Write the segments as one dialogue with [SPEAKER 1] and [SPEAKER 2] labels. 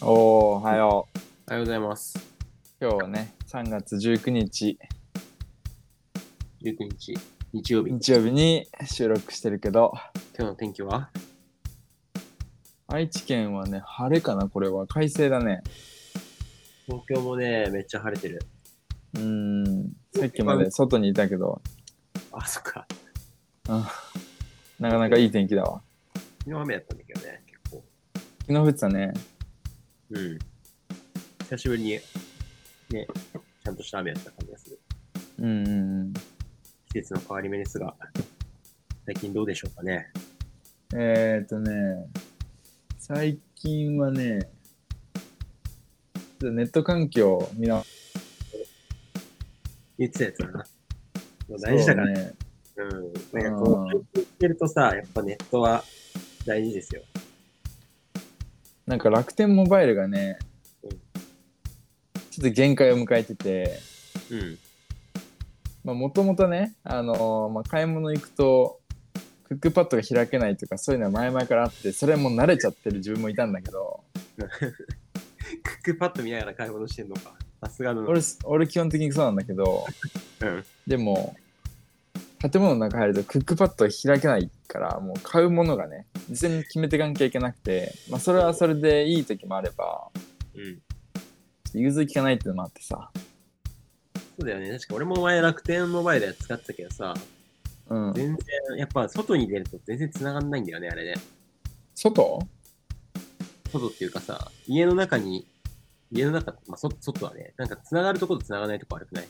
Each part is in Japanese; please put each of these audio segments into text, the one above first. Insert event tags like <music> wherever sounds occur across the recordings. [SPEAKER 1] おーおはよう。
[SPEAKER 2] おはようございます。
[SPEAKER 1] 今日はね、3月19日、
[SPEAKER 2] 19日、日曜日。今
[SPEAKER 1] 日曜日に収録してるけど、
[SPEAKER 2] 日の天気は
[SPEAKER 1] 愛知県はね、晴れかな、これは。快晴だね。
[SPEAKER 2] 東京もね、めっちゃ晴れてる。
[SPEAKER 1] うーん。さっきまで外にいたけど、
[SPEAKER 2] あ、そっか。
[SPEAKER 1] なかなかいい天気だわ。
[SPEAKER 2] 昨日雨だったんだけどね、結構。
[SPEAKER 1] 昨日降ってたね。
[SPEAKER 2] うん。久しぶりに、ね、ちゃんとした雨だった感じがする。
[SPEAKER 1] うんうん
[SPEAKER 2] 季節の変わり目ですが、最近どうでしょうかね。
[SPEAKER 1] うん。えーっとね、最近はね、ちょっとネット環境を見直
[SPEAKER 2] 言ってたやつだな。もう大事だからね。
[SPEAKER 1] ね。
[SPEAKER 2] うん。なんかこう、言ってるとさ、やっぱネットは大事ですよ。
[SPEAKER 1] なんか楽天モバイルがね
[SPEAKER 2] うん、
[SPEAKER 1] ちょっと限界を迎えてて、
[SPEAKER 2] うん。
[SPEAKER 1] まあ、もともとね、あのーまあ、買い物行くと、クックパッドが開けないとか、そういうのは前々からあって、それも慣れちゃってる自分もいたんだけど、
[SPEAKER 2] クックパッド見ながら買い物してんのか。さすがの。
[SPEAKER 1] 俺、俺基本的にそうなんだけど、
[SPEAKER 2] うん。
[SPEAKER 1] でも、建物の中入るとクックパッド開けないから、もう買うものがね、事前に決めていかなきゃいけなくて、まあ、それはそれでいい時もあれば、
[SPEAKER 2] うん。
[SPEAKER 1] 融通きかないっていうのもあってさ、
[SPEAKER 2] そうだよね。確か俺も前楽天モバイル使ってたけどさ、
[SPEAKER 1] うん。
[SPEAKER 2] 全然、やっぱ外に出ると全然繋がんないんだよね、あれね。
[SPEAKER 1] 外
[SPEAKER 2] 外っていうかさ、家の中に、家の中、まあ、そ外はね、なんか繋がるとこと繋がらないとこ悪くない。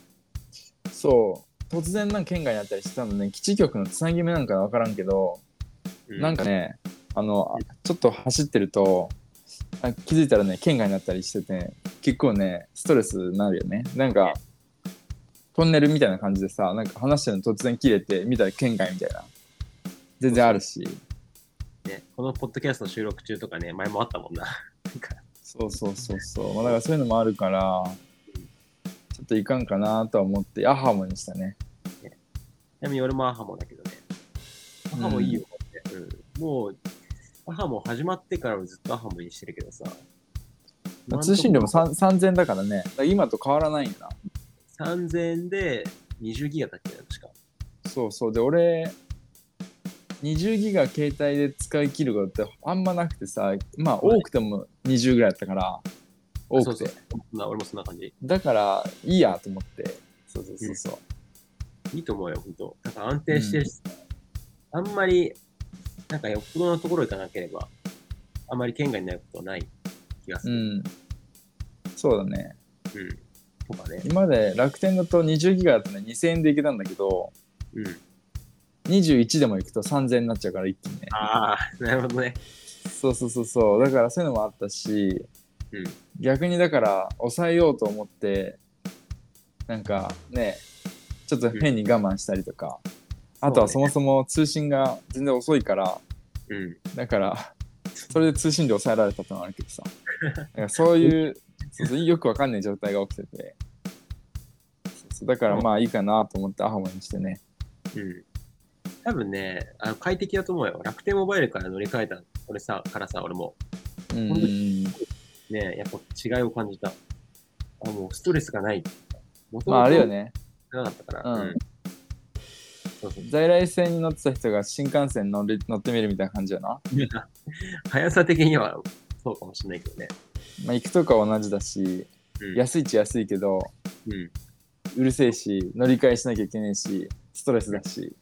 [SPEAKER 1] そう、突然なんか県外にあったりしてたのね、基地局のつなぎ目なんかわからんけど、
[SPEAKER 2] う
[SPEAKER 1] なんか、ね、あの、あちょっと走ってると、あ気づいたらね、県外になったりしてて、結構ね、ストレスになるよね。なんか、トンネルみたいな感じでさ、なんか話してるの突然切れて、見たら県外みたいな。全然あるし。
[SPEAKER 2] ね。このポッドキャスト収録中とかね、前もあったもんな。 <laughs> なんか、
[SPEAKER 1] そうそうそうそう。まあ、だからそういうのもあるから、ちょっといかんかなとは思って、アハモにしたね。
[SPEAKER 2] ちなみに俺もアハモだけどね。アハモいいよ、って。うん。もう、アハモ始まってからずっとアハモにしてるけどさ。
[SPEAKER 1] まあ通信料もさん3000だからね。だから今と変わらないんだ。
[SPEAKER 2] 3000円で20ギガだっけな、確か。
[SPEAKER 1] そうそうで俺20ギガ携帯で使い切ることってあんまなくてさまあ
[SPEAKER 2] はい
[SPEAKER 1] 多くても20ぐらいだったから多くて
[SPEAKER 2] そうそうそんな俺もそんな感じ。
[SPEAKER 1] だからいいやと思ってそうそうそうそう、
[SPEAKER 2] いいと思うよ、本当なんか安定してるし、あんまり、なんかよっぽどのところ行かなければ、あんまり県外になることはない気がす
[SPEAKER 1] う
[SPEAKER 2] る。
[SPEAKER 1] ん、そうだね
[SPEAKER 2] うん。とかね。
[SPEAKER 1] 今まで楽天だと20ギガだとね2000円でいけたんだけど
[SPEAKER 2] うん。
[SPEAKER 1] 21でも行くと3000円になっちゃうから一気にね
[SPEAKER 2] ああ、なるほどね。
[SPEAKER 1] そうそうそうそうだからそういうのもあったし
[SPEAKER 2] うん。
[SPEAKER 1] 逆にだから抑えようと思ってなんかねちょっと変に我慢したりとか、あとはそもそも通信が全然遅いから
[SPEAKER 2] うん。
[SPEAKER 1] だからそれで通信量抑えられたってのもあるけどさなんかそういうそうそうよくわかんない状態が起きててそうそうだからまあいいかなと思ってアハモにしてね
[SPEAKER 2] うん。多分ね、あの快適だと思うよ。楽天モバイルから乗り換えた、俺さ、からさ、俺も、
[SPEAKER 1] うん
[SPEAKER 2] 本当ね、やっぱ違いを感じた。あ、もうストレスがない。元
[SPEAKER 1] ま
[SPEAKER 2] 々
[SPEAKER 1] ああれよ。ね
[SPEAKER 2] なかったから。
[SPEAKER 1] うん
[SPEAKER 2] そうそう。 <laughs>
[SPEAKER 1] 在来線に乗ってた人が新幹線に乗り乗ってみるみたいな感じやな、
[SPEAKER 2] 速さ的にはそうかもしれないけどね。
[SPEAKER 1] まあ、行くとかは同じだし
[SPEAKER 2] うん。
[SPEAKER 1] 安いっちゃ安いけど
[SPEAKER 2] うん。
[SPEAKER 1] うるせえし乗り換えしなきゃいけないしストレスだし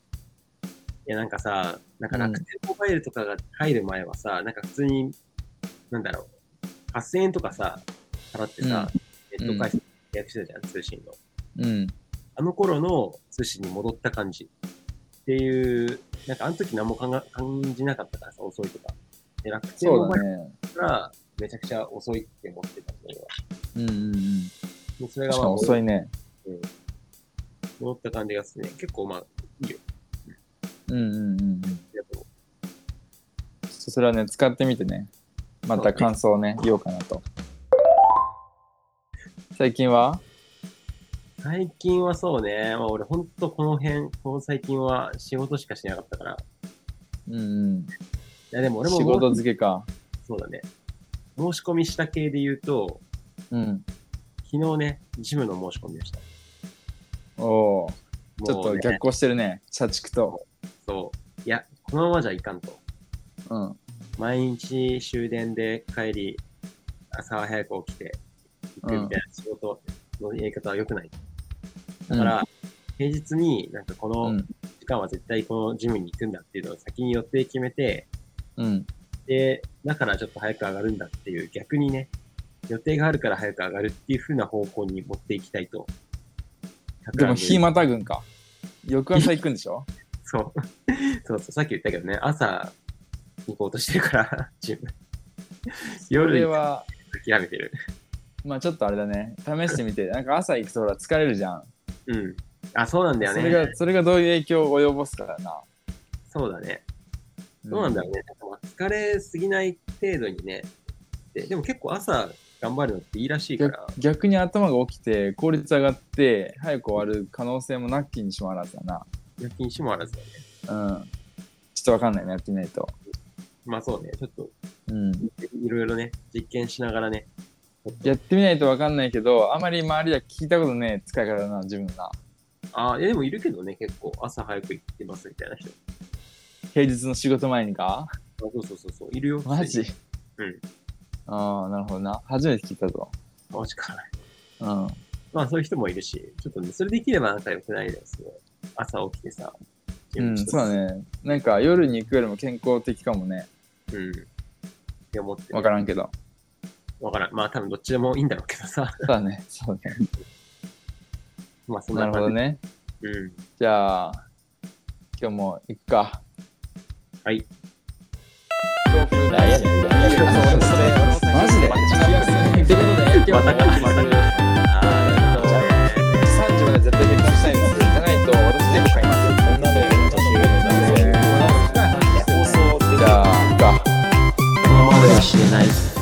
[SPEAKER 2] いや、なんかさ、なんか楽天モバイルとかが入る前はさ、なんか普通に、なんだろう、8000円とかさ、払ってさ、ネット回線契約してたじゃん、通信の。
[SPEAKER 1] うん
[SPEAKER 2] あの頃の通信に戻った感じっていう、なんかあの時何も考え感じなかったからさ、遅いとか。で、楽天
[SPEAKER 1] そ
[SPEAKER 2] モ
[SPEAKER 1] う
[SPEAKER 2] バ
[SPEAKER 1] だ
[SPEAKER 2] イル
[SPEAKER 1] ね
[SPEAKER 2] がめちゃくちゃ遅いって思ってたんだけど、
[SPEAKER 1] うんうんうん
[SPEAKER 2] でそれ
[SPEAKER 1] 確
[SPEAKER 2] がま
[SPEAKER 1] か
[SPEAKER 2] あ
[SPEAKER 1] に遅いね
[SPEAKER 2] 戻った感じがするね。結構まあ、
[SPEAKER 1] うんうんうんうん
[SPEAKER 2] やっぱ
[SPEAKER 1] それはね使ってみてねまた感想をね言おうかなと最近は
[SPEAKER 2] 最近はそうね、まあ、俺ほんとこの辺、この最近は仕事しかしなかったから。い
[SPEAKER 1] うんうん
[SPEAKER 2] やでも俺も
[SPEAKER 1] 仕事漬けか
[SPEAKER 2] そうだね。申し込みした系で言うと、
[SPEAKER 1] うん。
[SPEAKER 2] 昨日ね、ジムの申し込みをした。
[SPEAKER 1] おお、
[SPEAKER 2] もう
[SPEAKER 1] ちょっと
[SPEAKER 2] ね
[SPEAKER 1] 逆行してるね。社畜と。
[SPEAKER 2] そう。いや、このままじゃいかんと。
[SPEAKER 1] うん。
[SPEAKER 2] 毎日終電で帰り、朝早く起きて行くみたいな仕事のやり方は良くない。だから、平日になんかこ
[SPEAKER 1] う
[SPEAKER 2] の
[SPEAKER 1] ん。
[SPEAKER 2] 時間は絶対このジムに行くんだっていうのを先に予定決めて、
[SPEAKER 1] うん。
[SPEAKER 2] で、だからちょっと早く上がるんだっていう、逆にね、予定があるから早く上がるっていう風な方向に持っていきたいと。
[SPEAKER 1] でも、日またぐんか。翌朝行くんでしょ
[SPEAKER 2] そう。そうそう、さっき言ったけどね、朝行こうとしてるから、 <laughs> ジム。
[SPEAKER 1] こ
[SPEAKER 2] <laughs> 夜
[SPEAKER 1] れ
[SPEAKER 2] に
[SPEAKER 1] は、
[SPEAKER 2] 諦めてる。
[SPEAKER 1] まあちょっとあれだね。試してみて。なんか朝行くとほら疲れるじゃん。
[SPEAKER 2] うん。あ、そうなんだよ
[SPEAKER 1] そ
[SPEAKER 2] ね。
[SPEAKER 1] れが、それがどういう影響を及ぼすかだな。
[SPEAKER 2] そうだね。どうなんだろうね。なんか疲れすぎない程度にね。ででも結構朝頑張るのっていいらしいから
[SPEAKER 1] 逆、逆に頭が起きて効率上がって早く終わる可能性もなきにしもあらずだな
[SPEAKER 2] 夜勤しもあらずだね。
[SPEAKER 1] うんちょっとわかんないねやってみないと
[SPEAKER 2] まあそうね、ちょっと
[SPEAKER 1] うん
[SPEAKER 2] いろいろね、実験しながらね。
[SPEAKER 1] やってみないとわかんないけどあまり周りでは聞いたことねえ使い方だな自分のな
[SPEAKER 2] ああ、いやでもいるけどね、結構朝早く行ってますみたいな人。あ
[SPEAKER 1] 平日の仕事前にか
[SPEAKER 2] そうそうそうそう、いるよ。
[SPEAKER 1] マジ
[SPEAKER 2] うん
[SPEAKER 1] ああなるほどな初めて聞いたぞ
[SPEAKER 2] マジか。 <laughs>
[SPEAKER 1] うん
[SPEAKER 2] まあそういう人もいるし、ちょっとね、それできれば仲良くないですね。朝起きてさ。
[SPEAKER 1] うん、そうだ
[SPEAKER 2] ね。
[SPEAKER 1] ね。なんか夜に行くよりも健康的かもね。
[SPEAKER 2] うん。って思ってる。
[SPEAKER 1] わからんけど。
[SPEAKER 2] わからん。まあ多分どっちでもいいんだろうけどさ。 <laughs>
[SPEAKER 1] そうだね。そうね。
[SPEAKER 2] まあそん
[SPEAKER 1] な
[SPEAKER 2] な
[SPEAKER 1] るほど
[SPEAKER 2] 感じ。
[SPEAKER 1] ね。
[SPEAKER 2] うん。
[SPEAKER 1] じゃあ、今日も行くか。
[SPEAKER 2] はい。
[SPEAKER 1] マジでってことで、
[SPEAKER 2] またか、またか。あーえっと
[SPEAKER 1] 30まで絶対結婚したいです。じゃないと、私でも買います。女の子の年上の男性。じゃあ、行くか。
[SPEAKER 2] このままでは死ねないです。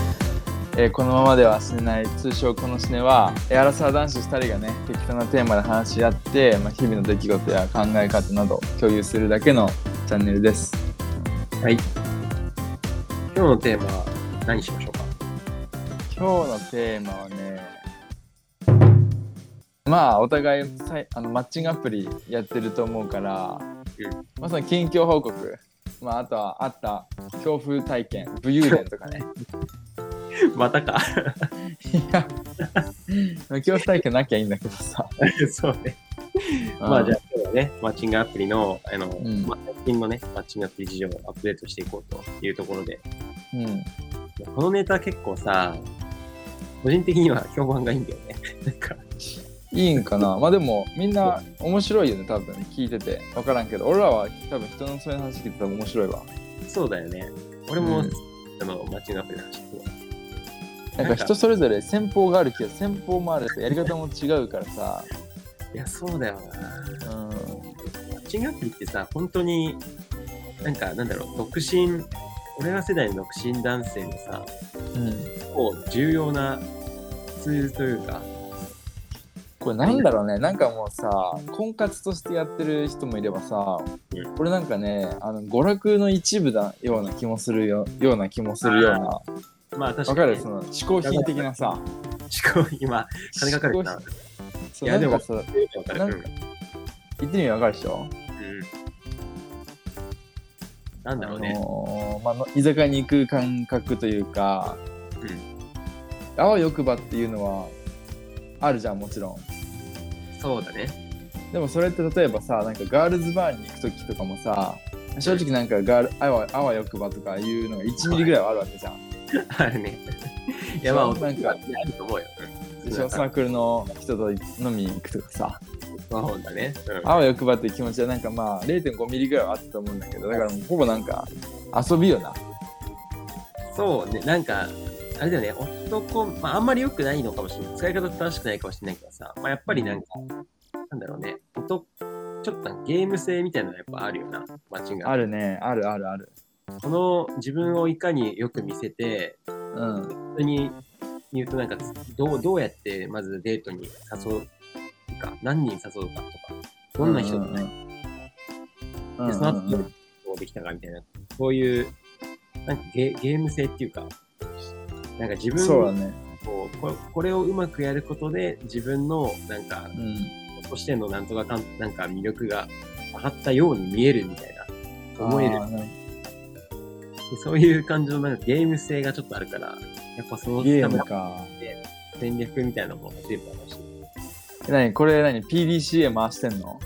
[SPEAKER 1] えーこのままでは死ねない通称この死ねはえーアラサー男子2人がね適当なテーマで話し合って、まあ、日々の出来事や考え方などを共有するだけのチャンネルです
[SPEAKER 2] はい。今日のテーマは何しましょうか <laughs>
[SPEAKER 1] 今日のテーマはねまあお互いさいあのマッチングアプリやってると思うから、まあその近況報告まああとはあった強風体験武勇伝とか
[SPEAKER 2] <laughs>
[SPEAKER 1] ね <laughs>
[SPEAKER 2] またか。 <laughs>
[SPEAKER 1] いやまあ恐怖体験なきゃいいんだけどさ
[SPEAKER 2] そうね。まあじゃあ今日はね、マッチングアプリの、あの、
[SPEAKER 1] ん
[SPEAKER 2] まあ最近のね、マッチングアプリ事情をアップデートしていこうというところで、
[SPEAKER 1] うん
[SPEAKER 2] このネタ結構さ、個人的には評判がいいんだよね。 <laughs> なんか、
[SPEAKER 1] いいんかなまあでもみんな面白いよね多分聞いてて分からんけど俺らは多分人のそういう話聞いてたら面白いわ
[SPEAKER 2] そうだよね。俺も、
[SPEAKER 1] うん
[SPEAKER 2] あの、マッチングアプリの話聞いて
[SPEAKER 1] なんか人それぞれ戦法が <laughs> あるけど戦法もあるしやり方も違うからさ、
[SPEAKER 2] いや、そうだよな。
[SPEAKER 1] う
[SPEAKER 2] マッチングアプリってさ、本当に、なんか、なんだろう、独身、俺ら世代の独身男性のさ、
[SPEAKER 1] ん
[SPEAKER 2] 結構重要なツールというか、
[SPEAKER 1] これなんだろうねなんかもうさ婚活としてやってる人もいればさ
[SPEAKER 2] うん
[SPEAKER 1] これなんかねあの娯楽の一部だような気もするよような気もするようなわ
[SPEAKER 2] まあ確かに、
[SPEAKER 1] かるその嗜好品的なさ
[SPEAKER 2] 思考、今、金かかるし
[SPEAKER 1] 嗜
[SPEAKER 2] な
[SPEAKER 1] 好。品そう
[SPEAKER 2] いや
[SPEAKER 1] なんかさ
[SPEAKER 2] わかる
[SPEAKER 1] なんか言ってみればわかるでしょ
[SPEAKER 2] うん。なんだろう
[SPEAKER 1] あ
[SPEAKER 2] ね。
[SPEAKER 1] のーまあの、居酒屋に行く感覚というか、あわよくばっていうのはあるじゃんもちろん
[SPEAKER 2] そうだね。
[SPEAKER 1] でもそれって例えばさなんかガールズバーに行く時とかもさ正直なんかガールあわあわよくばとかいうのが1ミリぐらいはあるわけじゃん
[SPEAKER 2] <laughs> あるね。いや、まあ、
[SPEAKER 1] そうなんか
[SPEAKER 2] 男はねあると思うよ。うん
[SPEAKER 1] でしょサークルの人と飲みに行くとかさ
[SPEAKER 2] そうだね。うん
[SPEAKER 1] あわよくばっていう気持ちはなんかまあ0.5ミリぐらいはあったと思うんだけどだからもうほぼなんか遊びよな
[SPEAKER 2] そうね、なんか、あれだよね、男、まあ、あんまり良くないのかもしれない。使い方正しくないかもしれないけどさ、まあ、やっぱりなんか、なんだろうね、男、ちょっとなんかゲーム性みたいなのがやっぱあるよな、マッチングア
[SPEAKER 1] あ
[SPEAKER 2] プ
[SPEAKER 1] るねあるあるある
[SPEAKER 2] リ。この自分をいかによく見せて、
[SPEAKER 1] うん
[SPEAKER 2] 本当に言うとなんか、どう、どうやってまずデートに誘うか、何人誘うかとか、どんな人
[SPEAKER 1] う
[SPEAKER 2] と
[SPEAKER 1] んうんう
[SPEAKER 2] ね、
[SPEAKER 1] んうん
[SPEAKER 2] でその後
[SPEAKER 1] うんうん
[SPEAKER 2] どうできたかみたいな、そういう、なんかゲゲーム性っていうか、なんか自
[SPEAKER 1] そうだ
[SPEAKER 2] 分
[SPEAKER 1] ね。
[SPEAKER 2] こうここれをうまくやることで自分のなんか
[SPEAKER 1] うん。
[SPEAKER 2] としてのなんとかかんなんか魅力が上がったように見えるみたいな思える
[SPEAKER 1] あーなんか
[SPEAKER 2] そういう感じのなんかゲーム性がちょっとあるからやっぱその
[SPEAKER 1] ゲ
[SPEAKER 2] た
[SPEAKER 1] ー
[SPEAKER 2] め
[SPEAKER 1] ム
[SPEAKER 2] の
[SPEAKER 1] か。
[SPEAKER 2] 戦略みたいなのも全部あるし
[SPEAKER 1] え何これ何 ?PDCA 回してんの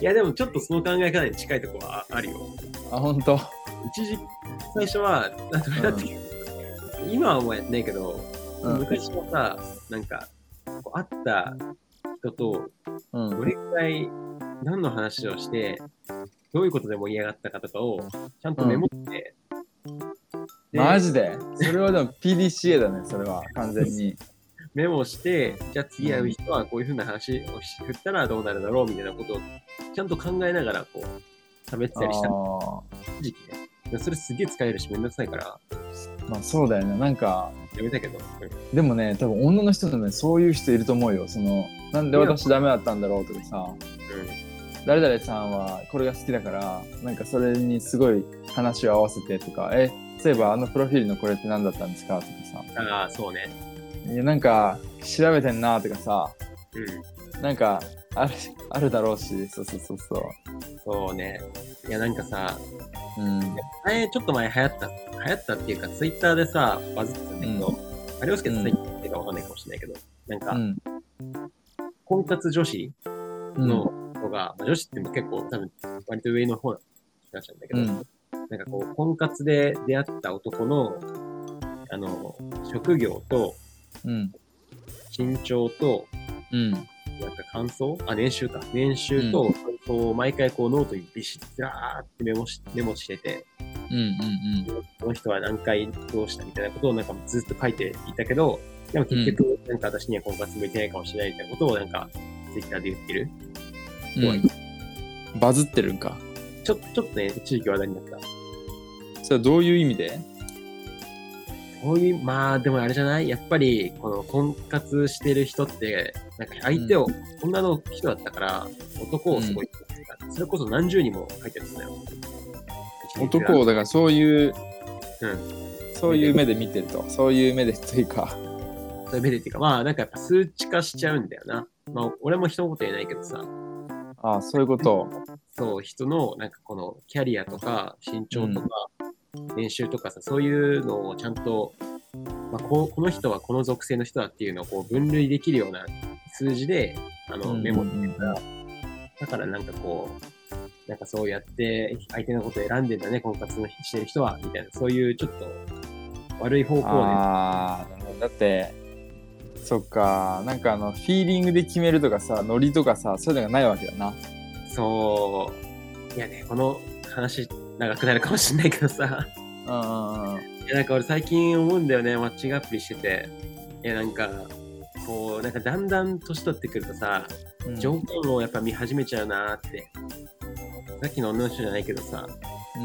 [SPEAKER 2] いやでもちょっとその考え方に近いところはああるよ
[SPEAKER 1] あ、ほんと。
[SPEAKER 2] 一時最初はなんかだって、今はもうやってないけど、
[SPEAKER 1] うん。
[SPEAKER 2] 昔はさなんかこう会った人と
[SPEAKER 1] うん
[SPEAKER 2] どれくらい何の話をしてどういうことで盛り上がったかとかをちゃんとメモって、で
[SPEAKER 1] マジでそれはでも PDCA だね、それは。完全に。
[SPEAKER 2] メモしてじゃあ次会う人はこういうふうな話をし振ったらどうなるだろうみたいなことをちゃんと考えながらこう喋って
[SPEAKER 1] あ
[SPEAKER 2] たりした
[SPEAKER 1] ー
[SPEAKER 2] 時期ねでそれすげえ使えるしめんどくさいから
[SPEAKER 1] まあそうだよね。なんか、
[SPEAKER 2] やめたけど、
[SPEAKER 1] でもね、多分女の人でもね、そういう人いると思うよ。その、なんで私ダメだったんだろうとかさ、誰々さんはこれが好きだから、なんかそれにすごい話を合わせてとか、え、そういえばあのプロフィールのこれって何だったんですかとかさ、
[SPEAKER 2] うん、ああそうね
[SPEAKER 1] いやなんか調べてんなとかさ、
[SPEAKER 2] うん
[SPEAKER 1] なんかあるあるだろうし、そうそうそうそ
[SPEAKER 2] そうね。いや、なんかさ、
[SPEAKER 1] う。うん。
[SPEAKER 2] 前、ちょっと前流行った、流行ったっていうか、ツイッターでさ、バズってたんだけど、あれをすけどツイッターっていうかわかんないかもしれないけど、なんか、
[SPEAKER 1] うん。
[SPEAKER 2] 婚活女子
[SPEAKER 1] うん
[SPEAKER 2] の子が、まあ女子っても結構多分、割と上の方な気がしたんだけ
[SPEAKER 1] う
[SPEAKER 2] ど、
[SPEAKER 1] ん。
[SPEAKER 2] なんかこう、婚活で出会った男の、あの、職業と、
[SPEAKER 1] うん。
[SPEAKER 2] 身長と、
[SPEAKER 1] うん。
[SPEAKER 2] なんか感想あ、年収か。年収と感想を毎回こうノートにビシッ、ずらーってメモし、メモしてて、
[SPEAKER 1] うん。うん。
[SPEAKER 2] この人は何回どうしたみたいなことをなんかずっと書いていたけど、でも結局、なんか私には婚活向いてないかもしれないみたいなことをなんか、ツイッターで言ってる。
[SPEAKER 1] うんバズってるんか。
[SPEAKER 2] ちょっと、ちょっとね、一時期話題になった。
[SPEAKER 1] それはどういう意味で
[SPEAKER 2] そういう、まあでもあれじゃないやっぱり、この婚活してる人って、なんか相手を、女の人だったから、男をすごい、それこそ何十人も書いてるんだよ。
[SPEAKER 1] 男をだからそういう、
[SPEAKER 2] うん
[SPEAKER 1] そういう目で見てるとそういう目でというか
[SPEAKER 2] そういう目でっていうか、まあなんかやっぱ数値化しちゃうんだよな。まあ俺も一言言えないけどさ、
[SPEAKER 1] ああそういうこと
[SPEAKER 2] そう、人の、なんかこの、キャリアとか、身長とか、年収とかさ、そういうのをちゃんと、まあ、こうこの人はこの属性の人だっていうのをこう分類できるような数字で、あの、
[SPEAKER 1] うん
[SPEAKER 2] メモってるから、だからなんかこう、なんかそうやって、相手のことを選んでんだね、婚活のしてる人は、みたいな、そういうちょっと、悪い方向
[SPEAKER 1] ああなるほどだってそっかなんかあのフィーリングで決めるとかさノリとかさそういうのがないわけだな
[SPEAKER 2] で、そう、いやね、この話、長くなるかもしれないけどさ、
[SPEAKER 1] うんうんうん
[SPEAKER 2] いやなんか俺最近思うんだよねマッチングアプリしてていやなんかこうなんかだんだん年取ってくるとさ
[SPEAKER 1] うん
[SPEAKER 2] 条件をやっぱ見始めちゃうなーって、さっきの女の人じゃないけどさ
[SPEAKER 1] う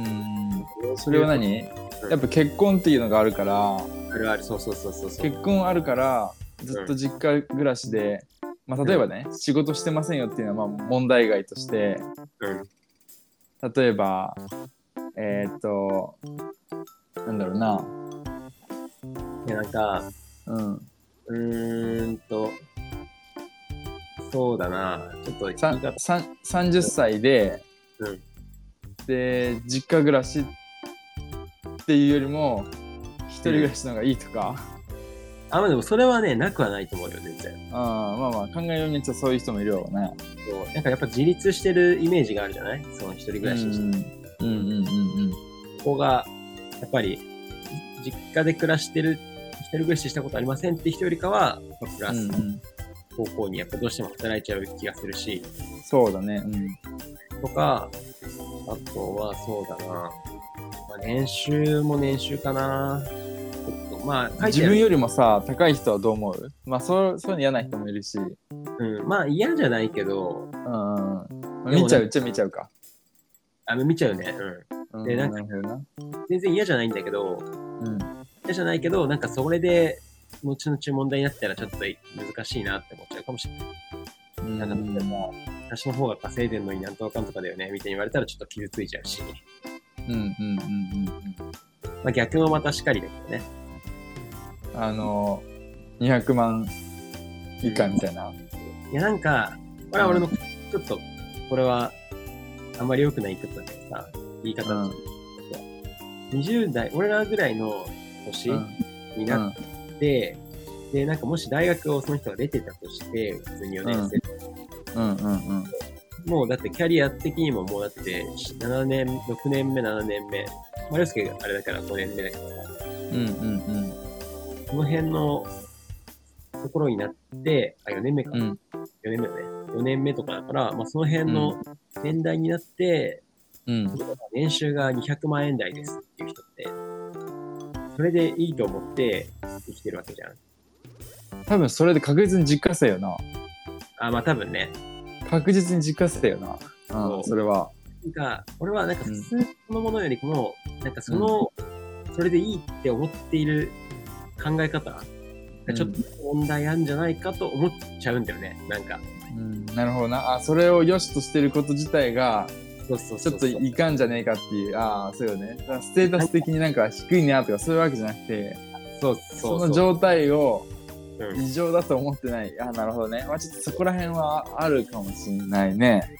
[SPEAKER 1] んそれは何
[SPEAKER 2] うん
[SPEAKER 1] やっぱ結婚っていうのがあるから
[SPEAKER 2] あるあるそうそうそうそうそう
[SPEAKER 1] 結婚あるからずっと実家暮らしで、まあ、例えばね、仕事してませんよっていうのはまあ問題外として、
[SPEAKER 2] うん
[SPEAKER 1] 例えばえーっとなんだろうない
[SPEAKER 2] やなんか
[SPEAKER 1] うん
[SPEAKER 2] うーんとそうだなちょっと
[SPEAKER 1] さんさん30歳で、
[SPEAKER 2] うん
[SPEAKER 1] で実家暮らしっていうよりも一人暮らしの方がいいとか、
[SPEAKER 2] あまあでもそれはねなくはないと思うよ全
[SPEAKER 1] う
[SPEAKER 2] 然
[SPEAKER 1] ん、まあまあ考えようによっちゃそういう人もいるよね。
[SPEAKER 2] そうなんかやっぱ自立してるイメージがあるじゃないその一人暮らしして
[SPEAKER 1] うんうんうんうん
[SPEAKER 2] ここが、やっぱり、実家で暮らしてる、一人暮らししたことありませんって人よりかは、まあプラ
[SPEAKER 1] うん
[SPEAKER 2] ス
[SPEAKER 1] うん
[SPEAKER 2] 方向にやっぱどうしても働いちゃう気がするし、
[SPEAKER 1] そうだね。うん
[SPEAKER 2] とか、あとはそうだな、まあ、年収も年収かな。ちょっとまあ、書い
[SPEAKER 1] 自
[SPEAKER 2] てあ
[SPEAKER 1] 分
[SPEAKER 2] る。
[SPEAKER 1] よりもさ高い人はどう思うまあそうそういうの嫌な人もいるし、うん
[SPEAKER 2] うん、まあ嫌じゃないけど、
[SPEAKER 1] うんうんまあ
[SPEAKER 2] でもね
[SPEAKER 1] 見ちゃうっちゃ見ちゃうか、
[SPEAKER 2] あの見ちゃうね。う
[SPEAKER 1] うん、
[SPEAKER 2] でなんか
[SPEAKER 1] るほどな、
[SPEAKER 2] ん。全然嫌じゃないんだけど、
[SPEAKER 1] うん、
[SPEAKER 2] 嫌じゃないけど、なんかそれで、後々問題になったらちょっと難しいなって思っちゃうかもしれな
[SPEAKER 1] う
[SPEAKER 2] い。
[SPEAKER 1] ん
[SPEAKER 2] なんか例えば、私の方が稼いでんのになんとかかんとかだよね、みたいに言われたらちょっと傷ついちゃうし、
[SPEAKER 1] うんうんうんうん
[SPEAKER 2] まあ、逆もまたしかりだけどね。
[SPEAKER 1] あの、200万以下みたいな。
[SPEAKER 2] いや、なんか、これは俺の、ちょっと、これは、あんまり良くない言い方だけどさ、言い方だけど、20代、俺らぐらいの年
[SPEAKER 1] うん
[SPEAKER 2] になって、で、なんかもし大学をその人が出てたとして、普通に4年生、
[SPEAKER 1] うんうんうん。
[SPEAKER 2] もうだってキャリア的にももうだって、7年、6年目、7年目、まあ、凌介があれだから5年目だからさ、
[SPEAKER 1] うんうん
[SPEAKER 2] この辺のところになって、あ、4年目か。
[SPEAKER 1] うん。うん
[SPEAKER 2] 4年目だね。4年目とかだから、まあ、その辺の年代になって、
[SPEAKER 1] うん。
[SPEAKER 2] 年収が200万円台ですっていう人って、それでいいと思って生きてるわけじゃん。
[SPEAKER 1] 多分それで確実に実家生よな。
[SPEAKER 2] あ、まあ多分ね。
[SPEAKER 1] 確実に実家生よな。う
[SPEAKER 2] そ
[SPEAKER 1] ん
[SPEAKER 2] う、
[SPEAKER 1] それは。
[SPEAKER 2] なんか、俺はなんか普通そのものよりも、なんかその、それでいいって思っている考え方がちょっと問題あるんじゃないかと思っちゃうんだよね。なんか、
[SPEAKER 1] うん、なるほどな。あ、それを良しとしてること自体が、
[SPEAKER 2] そうそう
[SPEAKER 1] ち
[SPEAKER 2] そ
[SPEAKER 1] ょ
[SPEAKER 2] う
[SPEAKER 1] っ
[SPEAKER 2] そ
[SPEAKER 1] と
[SPEAKER 2] う。
[SPEAKER 1] いかんじゃねえかっていう。ああ、そうよね。だからステータス的になんか低いなとかそういうわけじゃなくて、
[SPEAKER 2] そう
[SPEAKER 1] そ
[SPEAKER 2] そ
[SPEAKER 1] の
[SPEAKER 2] うそう。
[SPEAKER 1] 状態を
[SPEAKER 2] うん
[SPEAKER 1] 異常だと思ってない。あ、なるほどね。まあちょっとそこら辺はあるかもしんないね。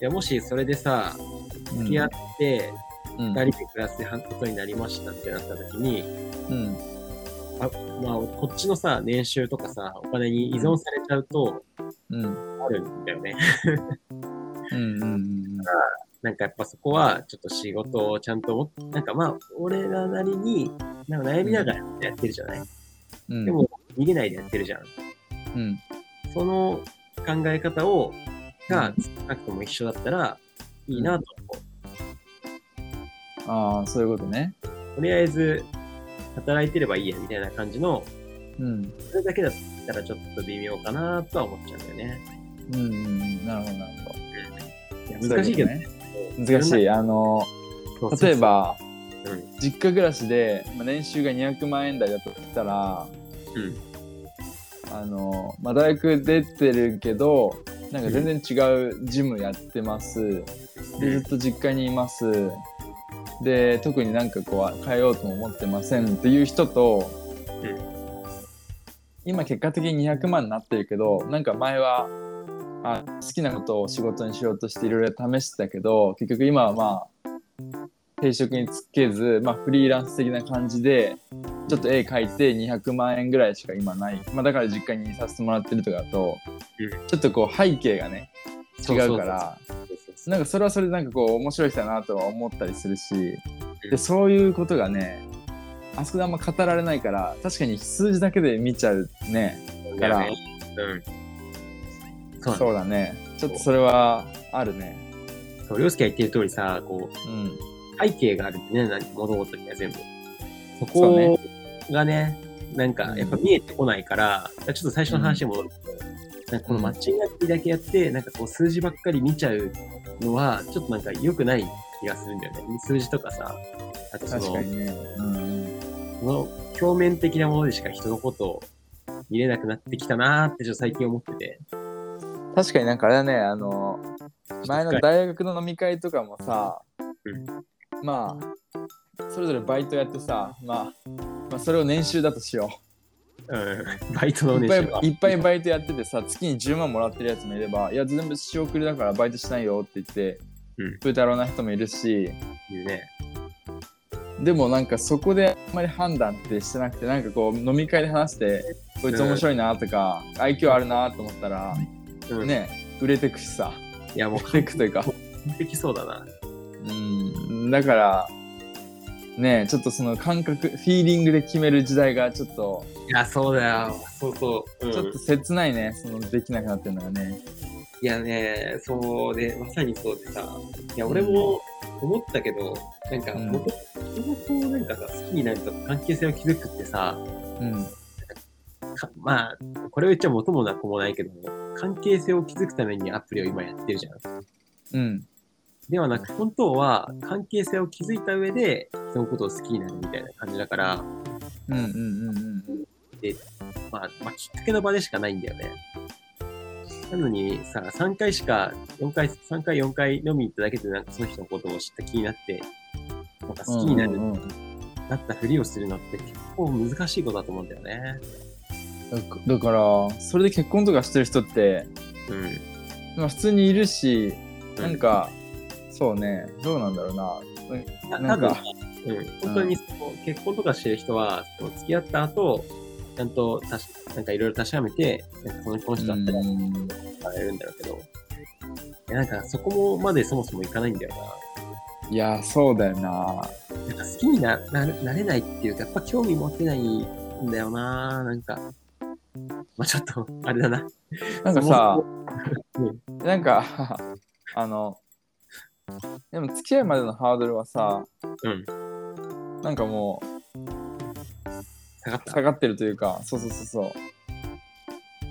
[SPEAKER 2] いやもしそれでさ、
[SPEAKER 1] うん
[SPEAKER 2] 付き合って、
[SPEAKER 1] うん
[SPEAKER 2] 二人で暮らすことになりましたってなった時に、
[SPEAKER 1] うん。
[SPEAKER 2] まあ、こっちのさ、年収とかさ、お金に依存されちゃうと、
[SPEAKER 1] うん。
[SPEAKER 2] あるんだよね。
[SPEAKER 1] うん。うん。
[SPEAKER 2] なんかやっぱそこは、ちょっと仕事をちゃんとも、なんかまあ、俺らなりに、なんか悩みながらやってるじゃない、
[SPEAKER 1] うん。
[SPEAKER 2] でも、逃げないでやってるじゃん。
[SPEAKER 1] うん。
[SPEAKER 2] その考え方を、が
[SPEAKER 1] う、
[SPEAKER 2] 少なくとも一緒だったら、いいなと思
[SPEAKER 1] ああ、そういうことね。
[SPEAKER 2] う。とりあえず、働いてればいいや、みたいな感じの、
[SPEAKER 1] うん。
[SPEAKER 2] それだけだったらちょっと微妙かなとは思っちゃうんだよね。
[SPEAKER 1] うんうんうん、なるほどなるほ
[SPEAKER 2] いや
[SPEAKER 1] ど。
[SPEAKER 2] 難しいけどね。
[SPEAKER 1] そういうことね。難しい。あの、例えば、
[SPEAKER 2] うん、
[SPEAKER 1] 実家暮らしで、まあ、年収が200万円台だとしたら、
[SPEAKER 2] うん
[SPEAKER 1] あの、まあ、大学出てるけど、なんか全然違うジムやってます。で、ずっと実家にいます。で、特になんかこう、変えようとも思ってませんっていう人と、
[SPEAKER 2] うん
[SPEAKER 1] 今結果的に200万になってるけど、なんか前は、あ好きなことを仕事にしようとしていろいろ試してたけど結局今はまあ定職につけず、まあ、フリーランス的な感じでちょっと絵描いて200万円ぐらいしか今ない、まあ、だから実家にさせてもらってるとかだと、
[SPEAKER 2] うん
[SPEAKER 1] ちょっとこう背景がね違うからなんかそれはそれでなんかこう面白い人だなとは思ったりするし
[SPEAKER 2] う
[SPEAKER 1] で
[SPEAKER 2] ん
[SPEAKER 1] そういうことがねあそこであんま語られないから確かに数字だけで見ちゃうね。
[SPEAKER 2] だ
[SPEAKER 1] から
[SPEAKER 2] うん。そう
[SPEAKER 1] そうだね。ちょっとそれはあるね。
[SPEAKER 2] そう、りょうすけが言ってる通りさ、こ
[SPEAKER 1] う
[SPEAKER 2] う、
[SPEAKER 1] ん。
[SPEAKER 2] 背景があるってね、何物事には全部。そ
[SPEAKER 1] そうね
[SPEAKER 2] こがね、なんか、やっぱ見えてこないから、ちょっと最初の話に戻るけど、なんかこのマッチングアプリだけやって、なんかこう数字ばっかり見ちゃうのは、ちょっとなんか良くない気がするんだよね。数字とかさ、あとそ
[SPEAKER 1] 確
[SPEAKER 2] の
[SPEAKER 1] か、にね。うん。
[SPEAKER 2] その表面的なものでしか人のことを見れなくなってきたなーってちょっと最近思ってて。
[SPEAKER 1] 確かになんかあれだね、あの、前の大学の飲み会とかもさ、まあ、それぞれバイトやってさ、まあ、まあ、それを年収だとしよ
[SPEAKER 2] うん、バイト
[SPEAKER 1] う。
[SPEAKER 2] の
[SPEAKER 1] い
[SPEAKER 2] ね
[SPEAKER 1] っぱいいっぱいバイトやっててさ、月に10万もらってるやつもいれば、いや、全部仕送りだからバイトしないよって言って、
[SPEAKER 2] うん
[SPEAKER 1] プータローな人もいるし、
[SPEAKER 2] いうね。
[SPEAKER 1] でもなんかそこであんまり判断ってしてなくて、なんかこう飲み会で話して、こいつ面白いなとか、愛嬌あるなと思ったら、
[SPEAKER 2] うん、
[SPEAKER 1] ね、売れてくしさ、
[SPEAKER 2] いや、もう
[SPEAKER 1] 売れてくというか、
[SPEAKER 2] 完璧そうだな。
[SPEAKER 1] うん、だから、ねえちょっとその感覚、フィーリングで決める時代がちょっと、
[SPEAKER 2] いや、そうだよ。そうそう。うん
[SPEAKER 1] ちょっと切ないね、そのできなくなってるのがね。
[SPEAKER 2] いやね、そうで、まさにそうでさ。いや、俺も思ったけど、なんか、
[SPEAKER 1] うん
[SPEAKER 2] もと人のこう、なんかさ、好きになるとか関係性を築くってさ、
[SPEAKER 1] うん、
[SPEAKER 2] かまあ、これを言っちゃ元もなくもないけど、関係性を築くためにアプリを今やってるじゃん。
[SPEAKER 1] うん、
[SPEAKER 2] ではなく、本当は関係性を築いた上で、人のことを好きになるみたいな感じだから、
[SPEAKER 1] うん、うん、うん、うん。
[SPEAKER 2] まあ、まあ、きっかけの場でしかないんだよね。なのにさ、3回しか、4回、3回、4回飲み行っただけで、なんかその人のことを知った気になって、なんか好きになる、
[SPEAKER 1] うんうんうん
[SPEAKER 2] かったふりをするのって結構難しいことだと思うんだよね。
[SPEAKER 1] だかだからそれで結婚とかしてる人って、
[SPEAKER 2] うん。
[SPEAKER 1] まあ、普通にいるしなんか、そうねどうなんだろうなな
[SPEAKER 2] た多
[SPEAKER 1] ん
[SPEAKER 2] 分
[SPEAKER 1] か
[SPEAKER 2] うん、本当にその結婚とかしてる人は、その付き合った後、ちゃんとたしなんかいろいろ確かめて、なんかそのこの人だったら
[SPEAKER 1] うん
[SPEAKER 2] やれるんだろうけど、えなんかそこまでそもそもいかないんだよ
[SPEAKER 1] いやそうだよな
[SPEAKER 2] な。なんか好きにななれなれないっていうか、やっぱ興味持てないんだよな、なんか。まあちょっと、あれだな。
[SPEAKER 1] なんかさ
[SPEAKER 2] そもそも
[SPEAKER 1] なんか <laughs> あのでも付き合いまでのハードルはさ
[SPEAKER 2] うん、
[SPEAKER 1] なんかも
[SPEAKER 2] 下がっ
[SPEAKER 1] う
[SPEAKER 2] た。
[SPEAKER 1] 下がってるというかそうそうそうそう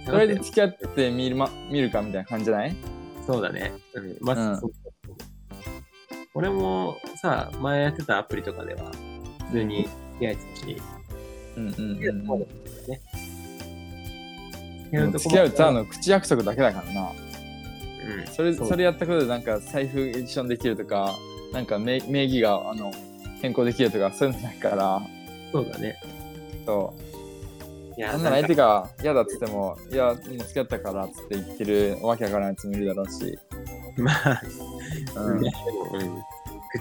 [SPEAKER 2] 下
[SPEAKER 1] とりあえず
[SPEAKER 2] がったよ
[SPEAKER 1] 付き合ってみる,、ま、見るかみたいな感じじゃない
[SPEAKER 2] そうだね。うん、まず、
[SPEAKER 1] うん
[SPEAKER 2] そう俺もさ、前やってたアプリとかでは、普通に付き合えてたし、
[SPEAKER 1] うんうんうん
[SPEAKER 2] もうね
[SPEAKER 1] でも付き合うとあの口約束だけだからな
[SPEAKER 2] うん
[SPEAKER 1] それ
[SPEAKER 2] そ
[SPEAKER 1] そうれやったことでなんか財布エディションできるとかなんか名名義があの変更できるとかそういうのだから
[SPEAKER 2] そうだね。
[SPEAKER 1] そう
[SPEAKER 2] いや
[SPEAKER 1] なんなら相手が嫌だっつってもいやもう付き合ったからっつって言ってるわけわからないやつもいるだろうし、
[SPEAKER 2] まあ、
[SPEAKER 1] うん
[SPEAKER 2] でもうん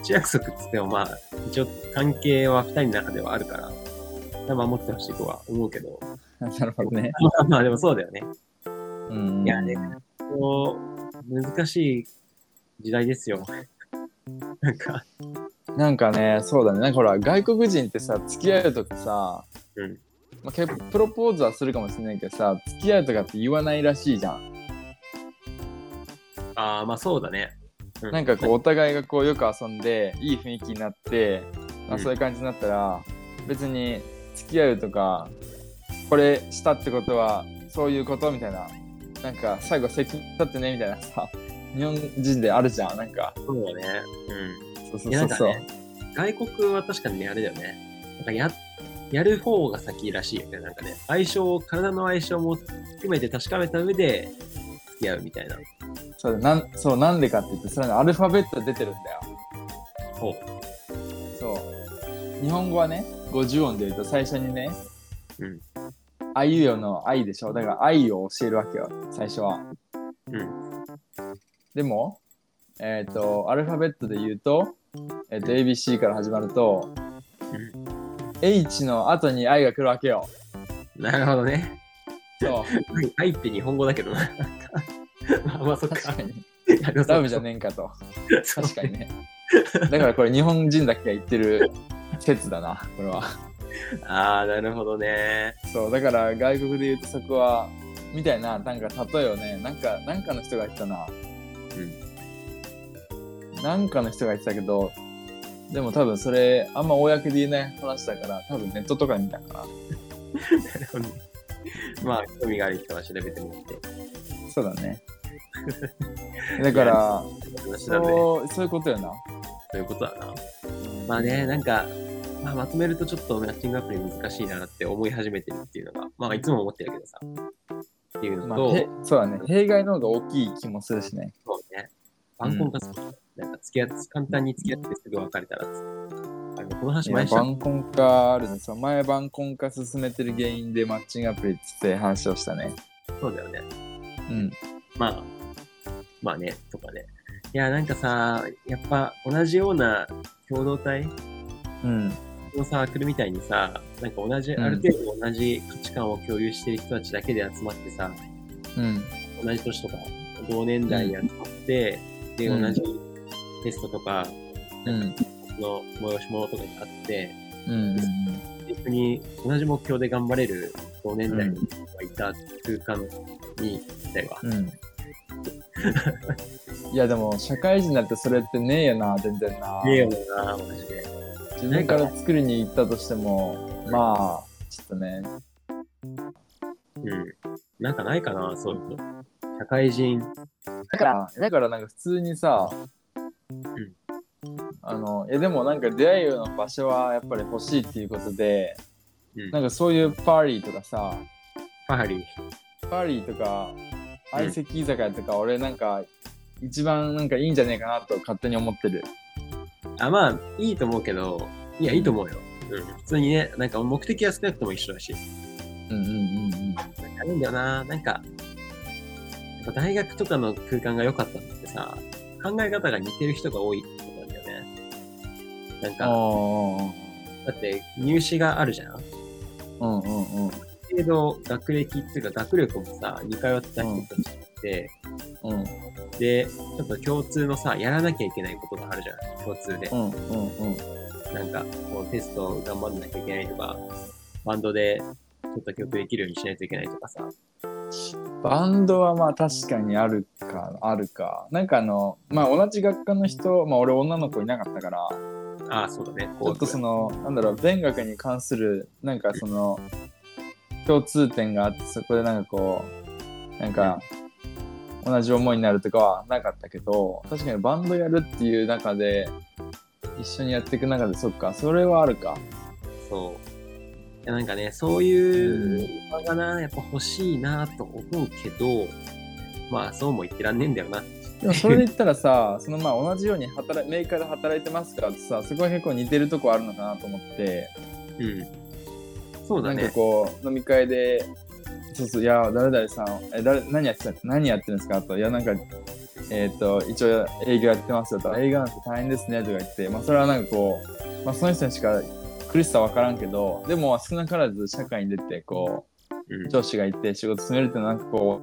[SPEAKER 2] 口約束っつっても、まあ、一応関係は二人の中ではあるから、守ってほしいとは思うけど、
[SPEAKER 1] <laughs> なるほどね、
[SPEAKER 2] まあまあ、でもそうだよね。
[SPEAKER 1] うん、
[SPEAKER 2] いやね、こう、難しい時代ですよ。 <laughs> なんか、
[SPEAKER 1] なんかねそうだねなんかほら外国人ってさ付き合うとかさ、
[SPEAKER 2] うん
[SPEAKER 1] まあ、結プロポーズはするかもしれないけどさ付き合うとかって言わないらしいじゃん
[SPEAKER 2] ああ、まあそうだね。 <laughs> う
[SPEAKER 1] なんかこうお互いがこうよく遊んでいい雰囲気になって、ま
[SPEAKER 2] う
[SPEAKER 1] あ、
[SPEAKER 2] ん
[SPEAKER 1] そういう感じになったら、別に付き合うとかこれしたってことはそういうことみたいななんか最後責任取ってねみたいなさ日本人であるじゃんなんか
[SPEAKER 2] そうだね。うん。
[SPEAKER 1] そうそ
[SPEAKER 2] いう
[SPEAKER 1] そうん
[SPEAKER 2] やなか
[SPEAKER 1] そう、
[SPEAKER 2] ね、外国は確かにね、あれだよね。なんかや、やる方が先らしいよね。なんかね、相性、体の相性も含めて確かめた上で付き合うみたいな。
[SPEAKER 1] そうなんそうなんでかって言ってそれねアルファベットで出てるんだよ
[SPEAKER 2] ほう。
[SPEAKER 1] そう日本語はね50音で言うと最初にね
[SPEAKER 2] うん
[SPEAKER 1] 「あいうよ」の「愛」でしょだから「愛」を教えるわけよ最初は
[SPEAKER 2] うん。
[SPEAKER 1] でもえっ、とアルファベットで言うと,、えー、と ABC から始まると、H の後に「愛」が来るわけよ
[SPEAKER 2] なるほどね。
[SPEAKER 1] そう
[SPEAKER 2] 愛って日本語
[SPEAKER 1] <laughs>
[SPEAKER 2] だけどな。まあまあそっ
[SPEAKER 1] 確
[SPEAKER 2] か。
[SPEAKER 1] か
[SPEAKER 2] <laughs>
[SPEAKER 1] に
[SPEAKER 2] いやでもそう
[SPEAKER 1] ラブじゃねえんかと
[SPEAKER 2] そう
[SPEAKER 1] 確かにね
[SPEAKER 2] <laughs>
[SPEAKER 1] だからこれ日本人だけが言ってる説だなこれは
[SPEAKER 2] ああ、なるほどね。
[SPEAKER 1] そうだから外国で言うとそこはみたいななんか例えをねなんかなんかの人が言ってたな、なんかの人が言ってたけどでも多分それあんま公で言えない話だから多分ネットとかに見たか
[SPEAKER 2] なるほどねまあ、興味がある人は調べてもらって。
[SPEAKER 1] なそうだねだから
[SPEAKER 2] 話なんで、そ
[SPEAKER 1] そうそういうことよな、
[SPEAKER 2] ういうことだな。まあね、なんか、まあ、まとめるとちょっとマッチングアプリ難しいなって思い始めてるっていうのが、まあいつも思ってるけどさ。っていう
[SPEAKER 1] ま
[SPEAKER 2] の
[SPEAKER 1] あ
[SPEAKER 2] と、
[SPEAKER 1] へそうだね弊害の方が大きい気もするしね
[SPEAKER 2] そうね、晩婚活、なんか付き合って、簡単に付き合ってすぐ別れたらっつあのこの話
[SPEAKER 1] いや
[SPEAKER 2] 前した。
[SPEAKER 1] 晩婚化あるねそう前晩婚化進めてる原因でマッチングアプリっつって話をしたね
[SPEAKER 2] そうだよね。
[SPEAKER 1] うん
[SPEAKER 2] まあ、まあね、とかね。いや、なんかさ、やっぱ同じような共同体
[SPEAKER 1] うん
[SPEAKER 2] のサークルみたいにさ、なんか同じ、
[SPEAKER 1] うん
[SPEAKER 2] ある程度同じ価値観を共有してる人たちだけで集まってさ、
[SPEAKER 1] うん
[SPEAKER 2] 同じ年とか同年代に集まって、で
[SPEAKER 1] うん
[SPEAKER 2] 同じテストとか
[SPEAKER 1] うん
[SPEAKER 2] の催し物とかがあって
[SPEAKER 1] うん
[SPEAKER 2] 逆に同じ目標で頑張れる同年代の人がいた空間に行きたいわ、
[SPEAKER 1] うん <laughs> うんいやでも社会人になってそれってねえよな全然な
[SPEAKER 2] ねえよなマジで
[SPEAKER 1] 自分から作りに行ったとしてもまあちょっとね
[SPEAKER 2] うんなんかないかなそういうの社会人
[SPEAKER 1] だからだからなんか普通にさ、
[SPEAKER 2] ん
[SPEAKER 1] あのいやでもなんか出会いの場所はやっぱり欲しいっていうことで
[SPEAKER 2] うん
[SPEAKER 1] なんかそういうパーリーとかさ
[SPEAKER 2] パハリ
[SPEAKER 1] パーリーとか相席居酒屋とか俺なんか一番なんかいいんじゃねえかなと勝手に思ってる
[SPEAKER 2] あまあいいと思うけどいやいいと思うようん、普通にね、なんか目的は少なくとも一緒だし、
[SPEAKER 1] うんうんうんうん。
[SPEAKER 2] なんかあるんだよな、なんか、やっぱ大学とかの空間が良かったのってさ、考え方が似てる人が多いってことなんだよね。なん
[SPEAKER 1] あ
[SPEAKER 2] か、
[SPEAKER 1] あ。
[SPEAKER 2] だって入試があるじゃん。あ
[SPEAKER 1] うんうんうん。
[SPEAKER 2] る程度学歴っていうか学力もさ、似通った人たちって、
[SPEAKER 1] うん
[SPEAKER 2] で、ちょっと共通のさ、やらなきゃいけないことがあるじゃない共通で
[SPEAKER 1] う。んうんうん。
[SPEAKER 2] なんか、こうテスト頑張んなきゃいけないとか、バンドでちょっと曲できるようにしないといけないとかさ。
[SPEAKER 1] バンドはまあ確かにあるかあるかなんかあのまあ同じ学科の人まあ俺女の子いなかったから
[SPEAKER 2] ああ、そうだね。
[SPEAKER 1] ちょっとそのなんだろう勉学に関するなんかその共通点があってそこでなんかこうなんか同じ思いになるとかはなかったけど確かにバンドやるっていう中で一緒にやっていく中でそっかそれはあるか
[SPEAKER 2] そう。いやなんかね、そういう場がな、やっぱ欲しいなと思うけど、まあそうも言ってらんねえんだよな。
[SPEAKER 1] でもそれで言ったらさ <laughs> そのまあ同じように働いメーカーで働いてますからってさそこは結構似てるとこあるのかなと思って。
[SPEAKER 2] うん。そうだ
[SPEAKER 1] なん
[SPEAKER 2] ね。
[SPEAKER 1] かこう飲み会で「そうそういや誰々さんえ誰何やってた何やってるんですか?」と「いやなんかえっ、と一応営業やってますよ」と「営業なんて大変ですね」とか言って、まあ、それはなんかこう、まあ、その人にしか苦しさ分からんけどでも少なからず社会に出てこ
[SPEAKER 2] う、
[SPEAKER 1] うん上司がいて仕事進めるっていうのはなんかこ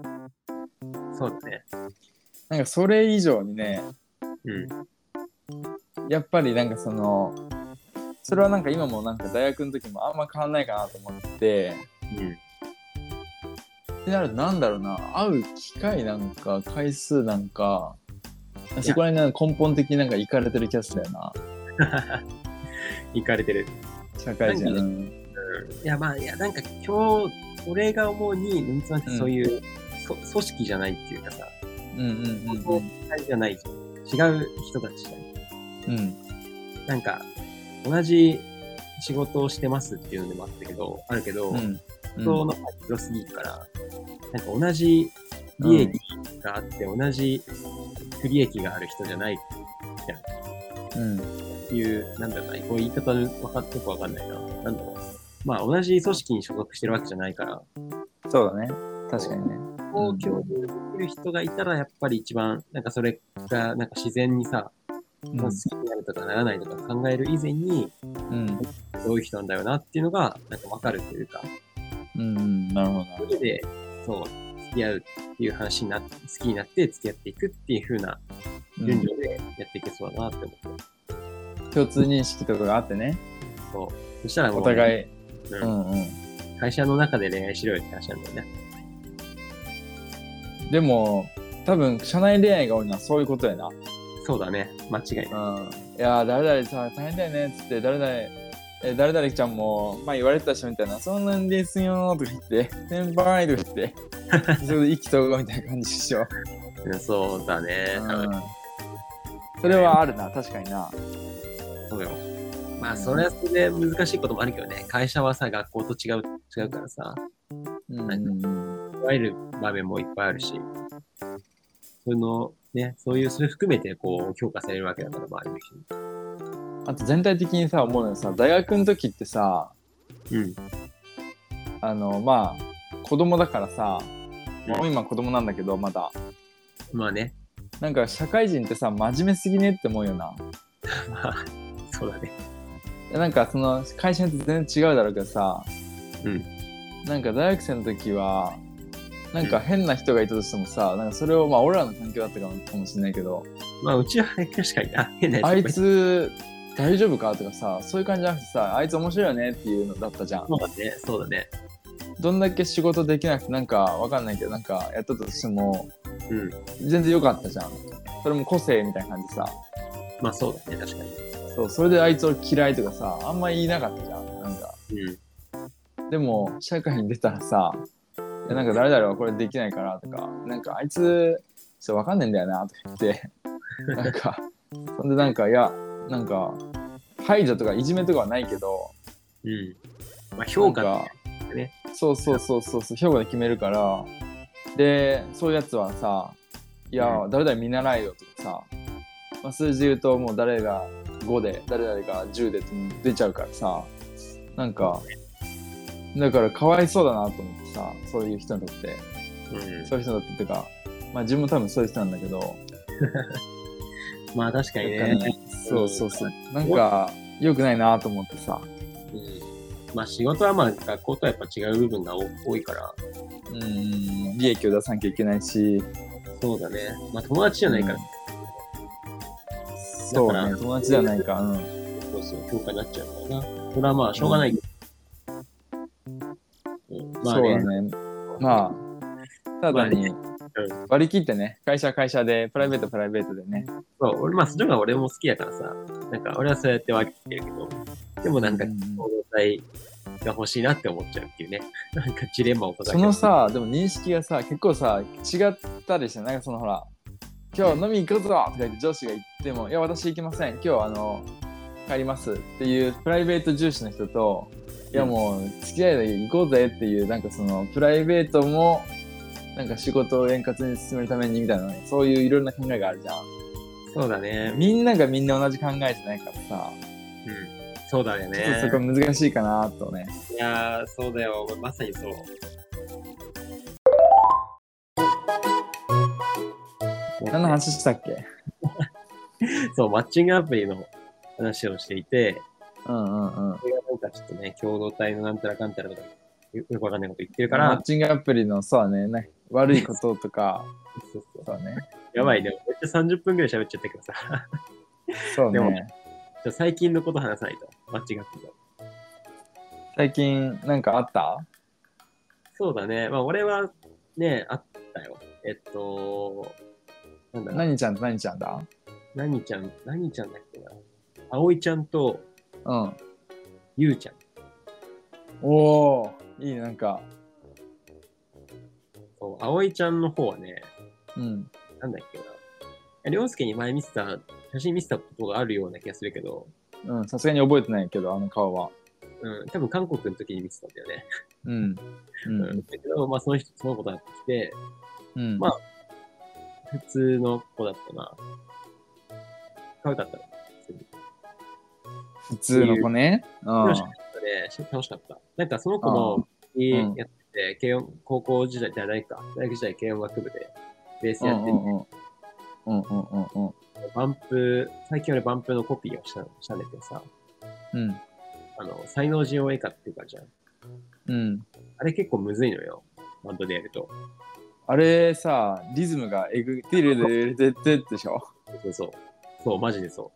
[SPEAKER 1] う
[SPEAKER 2] そうだね。
[SPEAKER 1] なんかそれ以上にね
[SPEAKER 2] うん。
[SPEAKER 1] やっぱりなんかそのそれはなんか今もなんか大学の時もあんま変わんないかなと思って。
[SPEAKER 2] うん。
[SPEAKER 1] ってなるとなんだろうな会う機会なんか回数なんか
[SPEAKER 2] や
[SPEAKER 1] そこら辺が根本的になんかいかれてるキャスだよな
[SPEAKER 2] 行かれてる。
[SPEAKER 1] 社会人、
[SPEAKER 2] なんかいやまあ、いやなんか今日、俺が思うに、うんとなくそういう、そ組織じゃないっていうかさ、
[SPEAKER 1] うんうん
[SPEAKER 2] こう会じゃない、違う人たちじゃない。
[SPEAKER 1] うんうん
[SPEAKER 2] なんか、同じ仕事をしてますっていうのでもあったけど、あるけど、
[SPEAKER 1] うんうん
[SPEAKER 2] 人の広すぎるから、なんか同じ利益があって、同じ不利益がある人じゃないっ
[SPEAKER 1] うん
[SPEAKER 2] ていう、なんだろうな、こう言い方わかよくわかんないな。なんだろう。まあ同じ組織に所属してるわけじゃないから、
[SPEAKER 1] そうだね確かにね
[SPEAKER 2] こう共有できる人がいたら、やっぱり一番、なんかそれが、なんか自然にさ、
[SPEAKER 1] うん
[SPEAKER 2] 好きになるとかならないとか考える以前に、
[SPEAKER 1] うん
[SPEAKER 2] どういう人なんだよなっていうのが、なんかわかるというか、
[SPEAKER 1] うんうんなるほどな
[SPEAKER 2] それで、そう、付き合うっていう話になって、好きになって付き合っていくっていう風な
[SPEAKER 1] う
[SPEAKER 2] 順
[SPEAKER 1] ん
[SPEAKER 2] 序でやっていけそうだなって思って。
[SPEAKER 1] 共通認識とかがあってね
[SPEAKER 2] そう。そしたらもう、
[SPEAKER 1] お互い
[SPEAKER 2] うん
[SPEAKER 1] うんうん
[SPEAKER 2] 会社の中で恋愛しろよって話なんだよね。
[SPEAKER 1] でも多分社内恋愛が多いのはそういうことやな
[SPEAKER 2] そうだね。間違いない。
[SPEAKER 1] うんいやー誰々さ大変だよねっつって誰々え誰々ちゃんもまあ言われてたしみたいなそんなんですよーとか言って先輩とか
[SPEAKER 2] <laughs>
[SPEAKER 1] 言ってそれで意気投合みたいな感じでしょ、
[SPEAKER 2] うん <laughs> そうだね。多分
[SPEAKER 1] うん、それはあるな確かにな
[SPEAKER 2] そうよ。まあ、それはそれで難しいこともあるけどね。会社はさ、学校と違う、違うからさ、
[SPEAKER 1] うんうんうん
[SPEAKER 2] いわゆる場面もいっぱいあるし、その、ね、そういう、それ含めて、こう、評価されるわけだから、周りの
[SPEAKER 1] あと全体的にさ思うのはさ大学の時ってさ
[SPEAKER 2] 人に。うん。
[SPEAKER 1] あのまあ子供だからさ、
[SPEAKER 2] うん
[SPEAKER 1] もう今子供なんだけどまだ
[SPEAKER 2] まあね。
[SPEAKER 1] なんか社会人ってさ真面目すぎねって思うよな
[SPEAKER 2] まあ、そうだね。
[SPEAKER 1] いやなんかその会社によって全然違うだろうけどさ、
[SPEAKER 2] うん
[SPEAKER 1] なんか大学生の時はなんか変な人がいたとしてもさ、なんかそれをまあ俺らの環境だったかもかもしれないけど
[SPEAKER 2] まあ、うちは確かにな、変な
[SPEAKER 1] あい
[SPEAKER 2] つ
[SPEAKER 1] つ大丈夫かとかさそういう感じじゃなくてさあいつ面白いよねっていうのだったじゃん
[SPEAKER 2] そうだね、そうだね。
[SPEAKER 1] どんだけ仕事できなくてなんかわかんないけどなんかやったとしても
[SPEAKER 2] うん。
[SPEAKER 1] 全然良かったじゃんそれも個性みたいな感じさ
[SPEAKER 2] まあ、そうだね、確か
[SPEAKER 1] そうそれであいつを嫌いとかさあんま言いなかったじゃんなんか
[SPEAKER 2] に。うん。
[SPEAKER 1] でも社会に出たらさいやなんか誰々はこれできないからとかなんかあいつちょっとわかんねえんだよなとか言ってなんかそんでなんかいやなんか排除とかいじめとかはないけど
[SPEAKER 2] うん。まあ、評価
[SPEAKER 1] なん
[SPEAKER 2] っ
[SPEAKER 1] か
[SPEAKER 2] てね。
[SPEAKER 1] そうそうそうそうそう評価で決めるからでそういうやつはさいや
[SPEAKER 2] う
[SPEAKER 1] 誰々見習えよとかさ、まあ、数字で言うともう誰が5で誰々が10でって出ちゃうからさなんか、だからかわいそうだなと思ってさ、そういう人にとって、
[SPEAKER 2] うん。
[SPEAKER 1] そういう人にとってってか、まあ自分も多分そういう人なんだけど、
[SPEAKER 2] まあ確かに
[SPEAKER 1] だから
[SPEAKER 2] ね。
[SPEAKER 1] ねそうそうそう。なんか、良くないなと思ってさ、
[SPEAKER 2] うん。まあ仕事はまあ学校とはやっぱ違う部分が多多いから、
[SPEAKER 1] うん、利益を出さなきゃいけないし、
[SPEAKER 2] そうだね。まあ友達じゃないから、
[SPEAKER 1] そうね、友達じゃないか、うん。
[SPEAKER 2] そうそう、評価になっちゃうからな。それはまあしょうがないけど。うん、ま
[SPEAKER 1] そ
[SPEAKER 2] あね。
[SPEAKER 1] うだね。まあ、ただに
[SPEAKER 2] う
[SPEAKER 1] 割り切ってね、会社は会社で、プライベートはプライベートでね。
[SPEAKER 2] そう俺まあ、それが俺も好きやからさ、なんか俺はそうやって分けてるけど、でもなんか、
[SPEAKER 1] う
[SPEAKER 2] 共
[SPEAKER 1] ん
[SPEAKER 2] 同体が欲しいなって思っちゃうっていうね、 <laughs> なんかジレンマを抱え
[SPEAKER 1] そ
[SPEAKER 2] て
[SPEAKER 1] の
[SPEAKER 2] る
[SPEAKER 1] さ、でも認識がさ、結構さ、違ったりして、なんかそのほら、今日飲み行くぞとか言って上司が言っても、いや、私行きません、今日あの、帰りますっていうプライベート重視の人と、いやもう、付き合いだけ行こうぜっていう、なんかその、プライベートも、なんか仕事を円滑に進めるためにみたいなね、そういういろんな考えがあるじゃん。
[SPEAKER 2] そうだね、
[SPEAKER 1] みんながみんな同じ考えじゃないからさ、
[SPEAKER 2] うん、そうだよ
[SPEAKER 1] ちょっと
[SPEAKER 2] ね
[SPEAKER 1] そ。こ難しいかなとね。
[SPEAKER 2] いやー、そうだよ、まさにそう。
[SPEAKER 1] 何の話したっけ
[SPEAKER 2] そう、マッチングアプリの話をしていて、
[SPEAKER 1] うんうんうん。
[SPEAKER 2] これがなんかちょっとね、共同体のなんたらかんたらとか、よよくわかんないこと言ってるか
[SPEAKER 1] マ
[SPEAKER 2] ら
[SPEAKER 1] ッ、チングアプリの、そうだね、なんか悪いこととか、 <laughs>
[SPEAKER 2] そうそう
[SPEAKER 1] そうだね。
[SPEAKER 2] やばいね、めっちゃ30分ぐらい喋っちゃったけどさ、 <laughs>
[SPEAKER 1] そう
[SPEAKER 2] でも
[SPEAKER 1] ね。
[SPEAKER 2] じゃあ最近のこと話さないと、マッチングアプリの。
[SPEAKER 1] 最近なんかあった
[SPEAKER 2] そうだね。まあ、俺はね、あったよ。えっと、なんだろう。
[SPEAKER 1] 何ちゃんと何ちゃんだ
[SPEAKER 2] 何ちゃん、何ちゃんだっけな。葵ちゃんと
[SPEAKER 1] うん。
[SPEAKER 2] ゆうちゃん。
[SPEAKER 1] おおいいね、なんか。
[SPEAKER 2] そう、葵ちゃんの方はね、
[SPEAKER 1] うん。
[SPEAKER 2] なんだっけな。いや凌介に前見せた、写真見せたことがあるような気がするけど、
[SPEAKER 1] うん、さすがに覚えてないけど、あの顔は。
[SPEAKER 2] うん、多分韓国の時に見せたんだよね。
[SPEAKER 1] うん。う。
[SPEAKER 2] うんん。だけど、まあ、その人、その子だってきて、
[SPEAKER 1] うん。
[SPEAKER 2] まあ普通の子だったな。可愛かった。普通に
[SPEAKER 1] 普通の子ね。うん。
[SPEAKER 2] 楽しかったね。楽しかった。なんかその子も、に
[SPEAKER 1] うん
[SPEAKER 2] やってて、軽音、高校時代、じゃないか、大学時代軽音楽部で、ベース
[SPEAKER 1] う
[SPEAKER 2] や
[SPEAKER 1] ん
[SPEAKER 2] っ
[SPEAKER 1] う
[SPEAKER 2] て
[SPEAKER 1] んうん。うんうんうんうん。
[SPEAKER 2] て、バンプ、最近俺バンプのコピーをしたしたんだけどさ、
[SPEAKER 1] うん。
[SPEAKER 2] あの、才能人を絵かっていうかじゃん。
[SPEAKER 1] うん。
[SPEAKER 2] あれ結構むずいのよ。バンドでやると。
[SPEAKER 1] あれさ、リズムがえぐってるででででしょ
[SPEAKER 2] そうそう。そう、マジでそ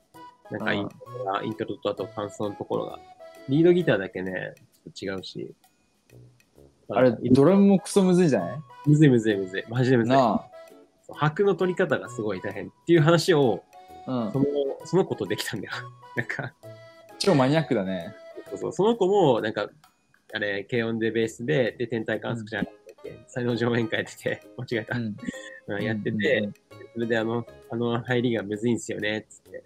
[SPEAKER 2] う。なんか
[SPEAKER 1] うん
[SPEAKER 2] イントロが、イントロとあと感想のところが。リードギターだけね、ちょっと違うし。
[SPEAKER 1] あれ、ドラムもクソむずいんじゃない
[SPEAKER 2] むずいむずいむずい。マジでむずい。
[SPEAKER 1] な
[SPEAKER 2] そう拍の取り方がすごい大変っていう話を、
[SPEAKER 1] あ。う
[SPEAKER 2] そ
[SPEAKER 1] ん。
[SPEAKER 2] の、その子とできたんだよ。 <laughs> なんか、
[SPEAKER 1] 超マニアックだね。
[SPEAKER 2] そうそうその子も、なんか、あれ、軽音でベースで、で、天体観測じゃなくて、才能上演会出て、 <laughs> 間違えた、
[SPEAKER 1] ん。
[SPEAKER 2] うんやってて、それで、あの、あの入りがむずいんすよね、つって。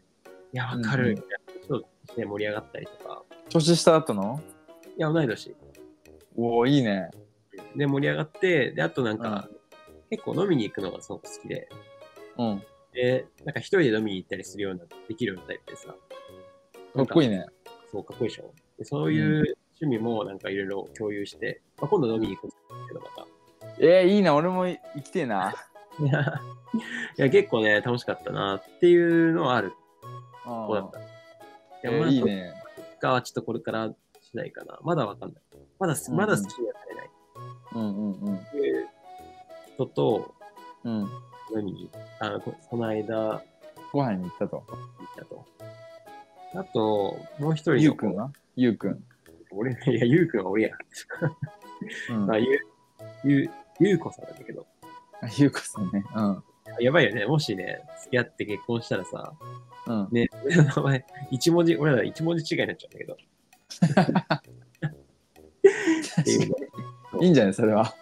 [SPEAKER 2] いや、わか
[SPEAKER 1] うんう
[SPEAKER 2] る。
[SPEAKER 1] ん
[SPEAKER 2] みたいなことで盛り上がったりとか。
[SPEAKER 1] 年下だったの
[SPEAKER 2] いや、同い年。
[SPEAKER 1] おおいいね。
[SPEAKER 2] で、盛り上がって、で、あとなんか、結構飲みに行くのがすごく好きで、
[SPEAKER 1] うん。
[SPEAKER 2] で、なんか一人で飲みに行ったりするような、できるようなタイプでさ、
[SPEAKER 1] かっこいいね。
[SPEAKER 2] そう、かっこいいでしょ。でそういう趣味もなんかいろいろ共有して、まあ、今度飲みに行くんですけど、また。
[SPEAKER 1] えー、いいな、俺も行きてえな。
[SPEAKER 2] いや、 <laughs> いや結構ね、楽しかったなっていうのはある
[SPEAKER 1] うん
[SPEAKER 2] 子だった。
[SPEAKER 1] え
[SPEAKER 2] いや、ま
[SPEAKER 1] ー
[SPEAKER 2] あ
[SPEAKER 1] いいね。
[SPEAKER 2] どっかはちょっとこれからしないかな。まだわかんない。まだす、
[SPEAKER 1] うん
[SPEAKER 2] まだ好きにはなれない。
[SPEAKER 1] うんうんうん。
[SPEAKER 2] っていう人と、
[SPEAKER 1] うん。
[SPEAKER 2] 飲みに、あの、ここの間、
[SPEAKER 1] ご飯に行ったと。
[SPEAKER 2] 行ったと。あと、もう一人の
[SPEAKER 1] ゆうくんはゆうくん。
[SPEAKER 2] 俺、いや、ゆうくんは俺や。
[SPEAKER 1] うん
[SPEAKER 2] まあ、ゆ、ゆ、ゆうこさんなんだけど。
[SPEAKER 1] あゆうこさんね。うん。
[SPEAKER 2] やばいよね。もしね、付き合って結婚したらさ、 <laughs>
[SPEAKER 1] うん。
[SPEAKER 2] ね、俺の名前、一文字、俺ら一文字違いになっちゃうんだけど。っていう
[SPEAKER 1] いいんじゃないそれは。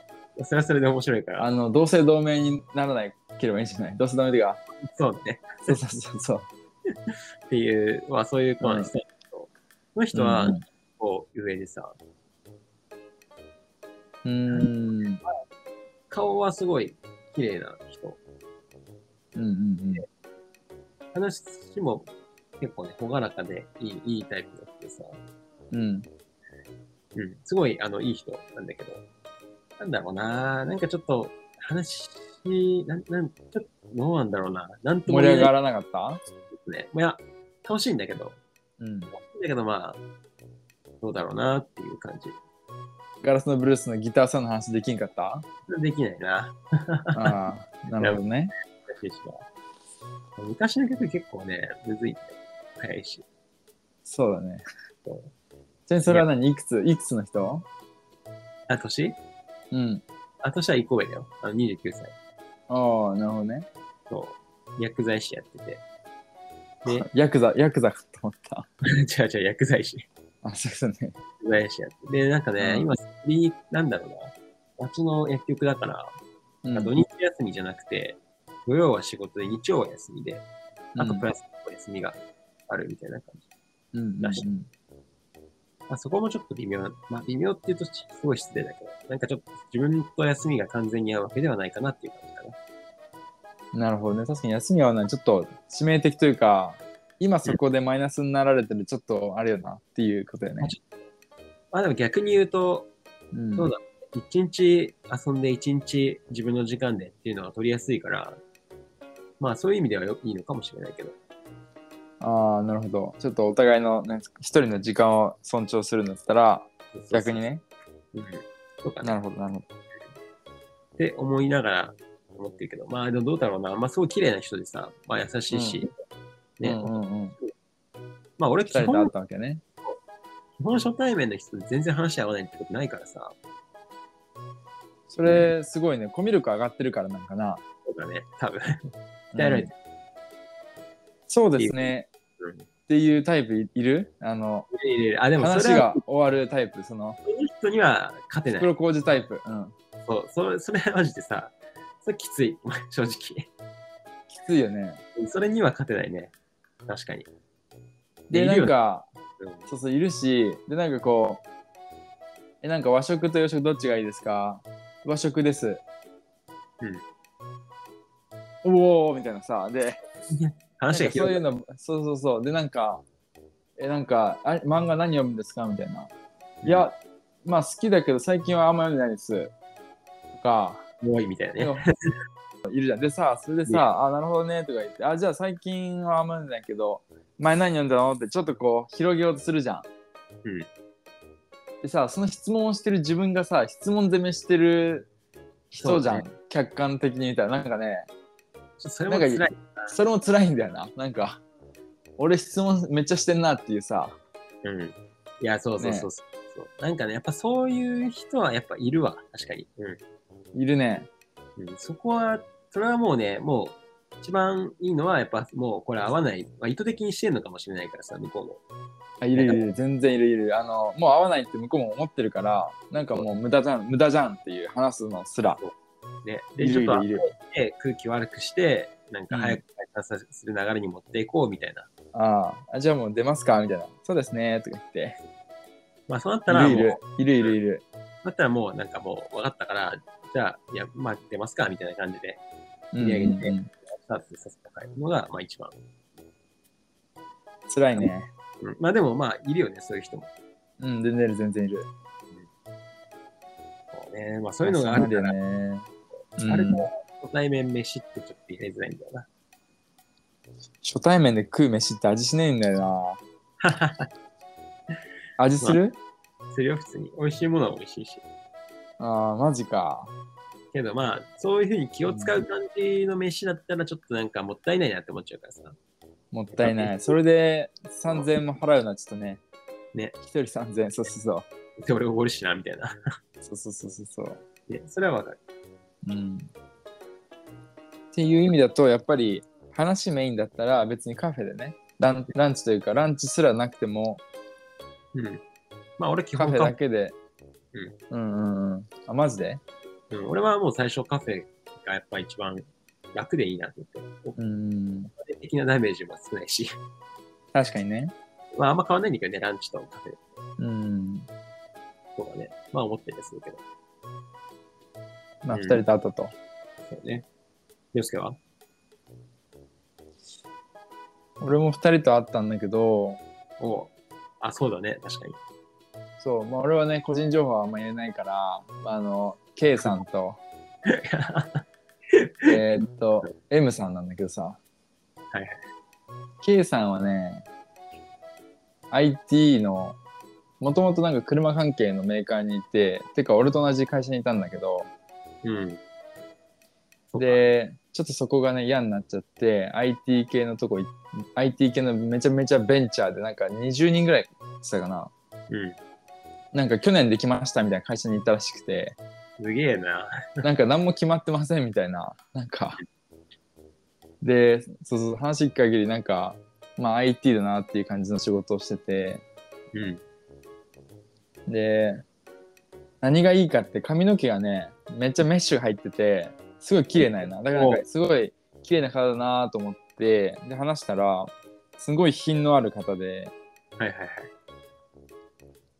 [SPEAKER 2] それはそれで面白いから。
[SPEAKER 1] あの、同姓同名にならないければいいんじゃない同姓同名でか。
[SPEAKER 2] そうね。
[SPEAKER 1] そうそうそうそう。
[SPEAKER 2] っていう、まあそういう子なんですけど、その人は
[SPEAKER 1] うん、
[SPEAKER 2] こう上でさ、
[SPEAKER 1] うーん。
[SPEAKER 2] 顔はすごい綺麗な人。
[SPEAKER 1] うんうん
[SPEAKER 2] 話も結構ね、朗らかでいいいいタイプだってさ、
[SPEAKER 1] うん。うん。
[SPEAKER 2] うん、すごい、あの、いい人なんだけど、なんだろうな、なんかちょっと、話、なん、なん、ちょっと、どうなんだろうな、なんとも
[SPEAKER 1] 盛り
[SPEAKER 2] 言え
[SPEAKER 1] 上が
[SPEAKER 2] ない
[SPEAKER 1] らなかった
[SPEAKER 2] ですね。いや、楽しいんだけど、
[SPEAKER 1] うん。
[SPEAKER 2] だけどまあ、どうだろうなっていう感じ。
[SPEAKER 1] ガラスのブルースのギターさんの話できんかった
[SPEAKER 2] できないな、
[SPEAKER 1] ああ、なるほどね。
[SPEAKER 2] 昔しか。昔の曲結構ね、むずいんだよ。早いし。
[SPEAKER 1] そうだね
[SPEAKER 2] そう。
[SPEAKER 1] ちなみにそれは何いくついくつの人
[SPEAKER 2] あ、年
[SPEAKER 1] うん。
[SPEAKER 2] あ、年は1個上だよ。あの29歳。
[SPEAKER 1] ああ、なるほどね。
[SPEAKER 2] そう。薬剤師やって <laughs> て。で、
[SPEAKER 1] ヤクザ、ヤクザかと思った。 <laughs>
[SPEAKER 2] 違う違う、薬剤師。
[SPEAKER 1] あ、そうだね。
[SPEAKER 2] 薬剤師やってて。で、なんかね、
[SPEAKER 1] うん
[SPEAKER 2] 今、になんだろうな。夏の薬局だから、
[SPEAKER 1] うん
[SPEAKER 2] 土日休みじゃなくて、土曜は仕事で日曜は休みで、あとプラスお休みがあるみたいな感じ。
[SPEAKER 1] うんうん
[SPEAKER 2] だしまあ、そこもちょっと微妙な、まあ、微妙っていうとすごい失礼だけど、なんかちょっと自分と休みが完全に合うわけではないかなっていう感じかな。
[SPEAKER 1] うんなるほどね。確かに休みはない。ちょっと致命的というか、今そこでマイナスになられてる、ちょっとあれよなっていうことよね。
[SPEAKER 2] まあでも逆に言うと、
[SPEAKER 1] うん
[SPEAKER 2] そうだ一日遊んで一日自分の時間でっていうのは取りやすいから、まあそういう意味ではよいいのかもしれないけど、
[SPEAKER 1] ああ、なるほど。ちょっとお互いの、ね、一人の時間を尊重するんだったら、逆にね。
[SPEAKER 2] うん。とか
[SPEAKER 1] な
[SPEAKER 2] ね、
[SPEAKER 1] るほど、なるほど。
[SPEAKER 2] って思いながら思ってるけど、まあでもどうだろうな、まあすごい綺麗な人でさ、まあ優しいし、ね、
[SPEAKER 1] うんうんうん。
[SPEAKER 2] まあ俺
[SPEAKER 1] 二
[SPEAKER 2] 基
[SPEAKER 1] 人と会っ
[SPEAKER 2] 本、
[SPEAKER 1] たわけね。
[SPEAKER 2] 基本初対面の人と全然話合わないってことないからさ、
[SPEAKER 1] それ、すごいね。コミュ力上がってるからなんかな。
[SPEAKER 2] そうだね、多分。鍛えられてる
[SPEAKER 1] そうですね。っていうタイプいいるあの、
[SPEAKER 2] いやいやいやあ、でもそ
[SPEAKER 1] 話
[SPEAKER 2] れは
[SPEAKER 1] が終わるタイプ、その、
[SPEAKER 2] その人には勝てない。
[SPEAKER 1] 袋小路タイプ。うん。
[SPEAKER 2] そう、それそれはマジでさ、それきつい、正直。
[SPEAKER 1] きついよね。
[SPEAKER 2] それには勝てないね。確かに。
[SPEAKER 1] で、
[SPEAKER 2] いる
[SPEAKER 1] な
[SPEAKER 2] よ
[SPEAKER 1] んか、
[SPEAKER 2] うん
[SPEAKER 1] そうそう、いるし、で、なんかこう、え、なんか和食と洋食どっちがいいですか和食です。うん。おおみたいなさ、で、なん
[SPEAKER 2] 話が
[SPEAKER 1] かそう
[SPEAKER 2] 広
[SPEAKER 1] い
[SPEAKER 2] いう
[SPEAKER 1] の、そうそうそう、で、なんか、え、なんか、あ漫画何読むんですかみたいな。いや、まあ好きだけど、最近はあんま読んでないです。とか、
[SPEAKER 2] 多いみたいなね。
[SPEAKER 1] いるじゃん。でさ、それでさ、あ、なるほどね、とか言って、あ、じゃあ最近はあんまりだけど、前何読んだのってちょっとこう、広げようとするじゃん。
[SPEAKER 2] うん
[SPEAKER 1] でさ、その質問をしてる自分がさ、質問攻めしてる人じゃ
[SPEAKER 2] そ
[SPEAKER 1] ん。客観的に見たら、なんかね、
[SPEAKER 2] ちょそれも辛い。
[SPEAKER 1] なんそれも辛いんだよな。なんか、俺質問めっちゃしてんなっていうさ、
[SPEAKER 2] うん。いや、そうそうそうそう。なんかね、やっぱそういう人はやっぱいるわ、確かに。
[SPEAKER 1] いるね。
[SPEAKER 2] うん。うん、そこは、それはもうね、もう、一番いいのは、やっぱもうこれ合わない、まあ、意図的にしてんのかもしれないからさ、向こうも。
[SPEAKER 1] あいるいるいる、全然いるいる。あの、もう会わないって向こうも思ってるから、なんかもう無駄じゃん、無駄じゃんっていう話すのすら。
[SPEAKER 2] ね、
[SPEAKER 1] い
[SPEAKER 2] で、
[SPEAKER 1] る
[SPEAKER 2] ちょっと
[SPEAKER 1] いるいる
[SPEAKER 2] で空気悪くして、なんか早く解散さする流れに持っていこうみたいな。
[SPEAKER 1] ああ、じゃあもう出ますかみたいな。そうですね、とか言って。
[SPEAKER 2] まあ、そうなったらもう、
[SPEAKER 1] いるいるいるいるいる
[SPEAKER 2] だったらもうなんかもう分かったから、じゃあ、いや、まあ出ますかみたいな感じで、
[SPEAKER 1] う
[SPEAKER 2] 盛り上げ
[SPEAKER 1] ん
[SPEAKER 2] て
[SPEAKER 1] うん。
[SPEAKER 2] スタートさせて帰るのが、まあ一番。
[SPEAKER 1] 辛いね。
[SPEAKER 2] うんまあでもまあ、いるよね、そういう人も。
[SPEAKER 1] うん、全然いる、全然いる。
[SPEAKER 2] そうね、まあそういうのがある
[SPEAKER 1] そ
[SPEAKER 2] か
[SPEAKER 1] うなん
[SPEAKER 2] ら、
[SPEAKER 1] だよね。うん
[SPEAKER 2] あれと初対面飯ってちょっと入れづらいんだよな。
[SPEAKER 1] 初対面で食う飯って味しないんだ
[SPEAKER 2] <laughs>
[SPEAKER 1] よな。味する、
[SPEAKER 2] それは普通に。美味しいものは美味しいし。
[SPEAKER 1] ああ、マジか。
[SPEAKER 2] けどまあ、そういうふうに気を使う感じの飯だったら、ちょっとなんかもったいないなって思っちゃうからさ。
[SPEAKER 1] もったいない。それで3000円も払うのはちょっとね。
[SPEAKER 2] ね。
[SPEAKER 1] 一人3000円。そうそうそう。
[SPEAKER 2] で、俺おごるしな、みたいな。
[SPEAKER 1] そうそうそうそうそう。
[SPEAKER 2] ね、それはわかる。
[SPEAKER 1] うんっていう意味だとやっぱり話メインだったら別にカフェでねランランチというかランチすらなくても
[SPEAKER 2] うん。まあ俺基
[SPEAKER 1] カ
[SPEAKER 2] 本
[SPEAKER 1] フェ
[SPEAKER 2] カ
[SPEAKER 1] だ
[SPEAKER 2] フェ、
[SPEAKER 1] けで、うん、うんうんあマジで
[SPEAKER 2] うん、俺はもう最初カフェがやっぱ一番楽でいいなと思って。お
[SPEAKER 1] うん
[SPEAKER 2] 金的なダメージも少ないし。 <laughs>
[SPEAKER 1] 確かにね
[SPEAKER 2] まああんま変わんないんだけどね、ランチとカフェ
[SPEAKER 1] うん
[SPEAKER 2] とかね。まあ思ってたりするけど。
[SPEAKER 1] まあ
[SPEAKER 2] う
[SPEAKER 1] 2
[SPEAKER 2] ん
[SPEAKER 1] 人と会ったと、
[SPEAKER 2] そうね。洋介は
[SPEAKER 1] 俺も2人と会ったんだけど
[SPEAKER 2] おうあ、そうだね。確かに。
[SPEAKER 1] そう、まあ、俺はね、個人情報はあんま言えないから、あの、K さん
[SPEAKER 2] <laughs>
[SPEAKER 1] と、えーっと、M さんなんだけどさ、
[SPEAKER 2] はいはい
[SPEAKER 1] K さんはね、IT の、もともとなんか車関係のメーカーにいて、てか俺と同じ会社にいたんだけど、
[SPEAKER 2] うん。そうか、
[SPEAKER 1] で、ちょっとそこがね、嫌になっちゃって、IT 系のとこい、IT 系のめちゃめちゃベンチャーで、なんか20人ぐらいしたかな。
[SPEAKER 2] うん。
[SPEAKER 1] なんか去年できましたみたいな会社に行ったらしくて、
[SPEAKER 2] すげえな。
[SPEAKER 1] なんか何も決まってませんみたいな、なんか。で、そうそう、話聞く限り、なんか、まあ IT だなっていう感じの仕事をしてて、
[SPEAKER 2] うん。
[SPEAKER 1] で、何がいいかって髪の毛がね、めっちゃメッシュ入ってて、すごい綺麗ないな。だからなんかすごい綺麗な方だなと思って、で、話したら、すごい品のある方で、
[SPEAKER 2] はいはいはい。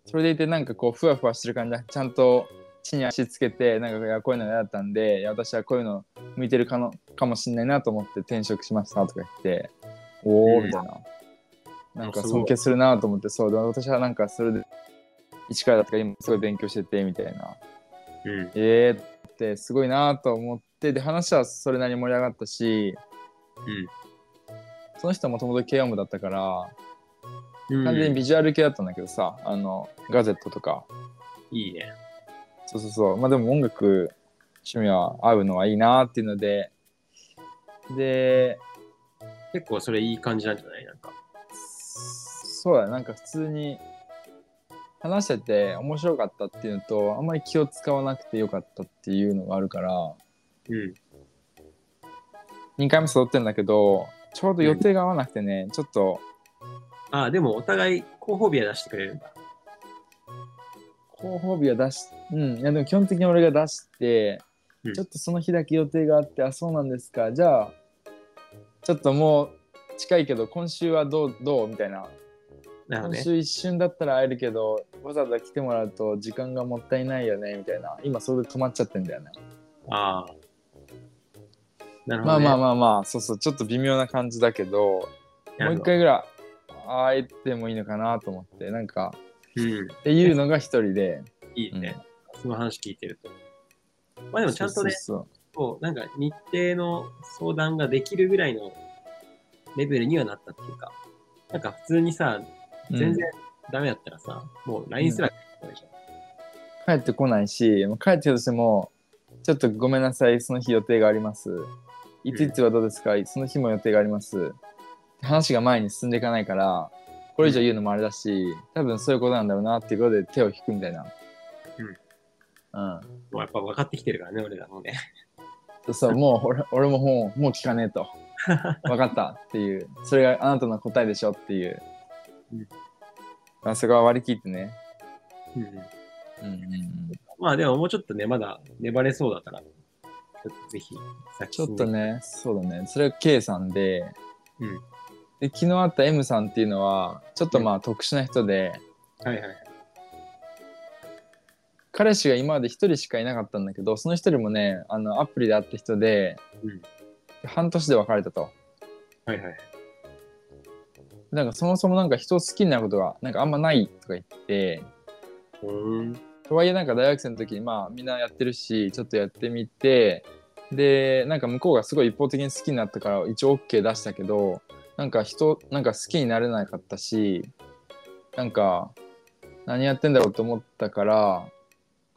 [SPEAKER 1] それでいてなんかこうふわふわしてる感じでちゃんと地に足つけてなんかいやこういうの嫌だったんでいや私はこういうの向いてるかのかもしれないなと思って転職しましたとか言っておお
[SPEAKER 2] うん
[SPEAKER 1] みたいな、なんか
[SPEAKER 2] あすごい
[SPEAKER 1] 尊敬するなと思ってそうで私はなんかそれで一からだとか今すごい勉強しててみたいな
[SPEAKER 2] うん。
[SPEAKER 1] えー、ってすごいなと思ってで話はそれなりに盛り上がったし、
[SPEAKER 2] うん
[SPEAKER 1] その人はもともと慶応部だったから
[SPEAKER 2] うん
[SPEAKER 1] 完全にビジュアル系だったんだけどさ、あのガゼットとか
[SPEAKER 2] いいね。
[SPEAKER 1] そうそうそう。まあでも音楽、趣味は合うのはいいなっていうので、で、
[SPEAKER 2] 結構それいい感じなんじゃないなんか。
[SPEAKER 1] そうだね、なんか普通に話してて面白かったっていうのと、あんまり気を使わなくてよかったっていうのがあるから、
[SPEAKER 2] うん。
[SPEAKER 1] 2回目揃ってんだけど、ちょうど予定が合わなくてね、ちょっと
[SPEAKER 2] ああ、でもお互い広報日は出してくれるんだ。
[SPEAKER 1] 広報日は出し、うん、いやでも基本的に俺が出して、
[SPEAKER 2] うん
[SPEAKER 1] ちょっとその日だけ予定があって、あ、そうなんですか、じゃあ、ちょっともう近いけど、今週はどう、どうみたいな
[SPEAKER 2] なる
[SPEAKER 1] 今
[SPEAKER 2] ほどね。
[SPEAKER 1] 週一瞬だったら会えるけどわざわざ来てもらうと時間がもったいないよねみたいな今それで止まっちゃってんだよね
[SPEAKER 2] ああ。なるほ
[SPEAKER 1] まあ
[SPEAKER 2] ど、ね。
[SPEAKER 1] まあまあまあそうそうちょっと微妙な感じだけど
[SPEAKER 2] な
[SPEAKER 1] もう一
[SPEAKER 2] るほど。
[SPEAKER 1] 回ぐらい会えてもいいのかなと思ってなんか
[SPEAKER 2] うん。
[SPEAKER 1] っていうのが一人で
[SPEAKER 2] いいね、その話聞いてると。まあでもちゃんとね、
[SPEAKER 1] そう
[SPEAKER 2] こうなんか日程の相談ができるぐらいのレベルにはなったっていうか、なんか普通に
[SPEAKER 1] そ
[SPEAKER 2] さ、
[SPEAKER 1] うそう
[SPEAKER 2] 全然
[SPEAKER 1] うん
[SPEAKER 2] ダメだったらさ、もう LINE すら来ないじゃん。
[SPEAKER 1] 帰ってこないしもう帰ってきたとしてもちょっとごめんなさいその日予定がありますいついつはどうですか、その日も予定がありますって話が前に進んでいかないからこれ以上言うのもあれだし多分そういうことなんだろうなっていうことで手を引くみたいなうん、
[SPEAKER 2] もうやっぱ分かってきてるからね、俺らもね。
[SPEAKER 1] そうそうもう俺俺ももうもう聞かねえ <laughs> と分かったっていうそれがあなたの答えでしょっていう、
[SPEAKER 2] うん
[SPEAKER 1] まあ、そこは割り切ってね、
[SPEAKER 2] うん、
[SPEAKER 1] うんうんうん、
[SPEAKER 2] まあでももうちょっとね、まだ粘れそうだから、ちょっとぜひ、さ
[SPEAKER 1] ちょっと。ね、そうだね。それは K さんで、
[SPEAKER 2] うん
[SPEAKER 1] で、昨日会った M さんっていうのは、ちょっとまあ特殊な人で、
[SPEAKER 2] はいはいはい。
[SPEAKER 1] 彼氏が今まで一人しかいなかったんだけど、その一人もね、あの、アプリで会った人で、
[SPEAKER 2] うん
[SPEAKER 1] 半年で別れたと。
[SPEAKER 2] はいはいはい。
[SPEAKER 1] なんかそもそもなんか人を好きになることが、なんかあんまないとか言って、
[SPEAKER 2] うーん。
[SPEAKER 1] とはいえなんか大学生の時にまあみんなやってるしちょっとやってみてでなんか向こうがすごい一方的に好きになったから一応 OK 出したけどなんか人なんか好きになれなかったしなんか何やってんだろうと思ったから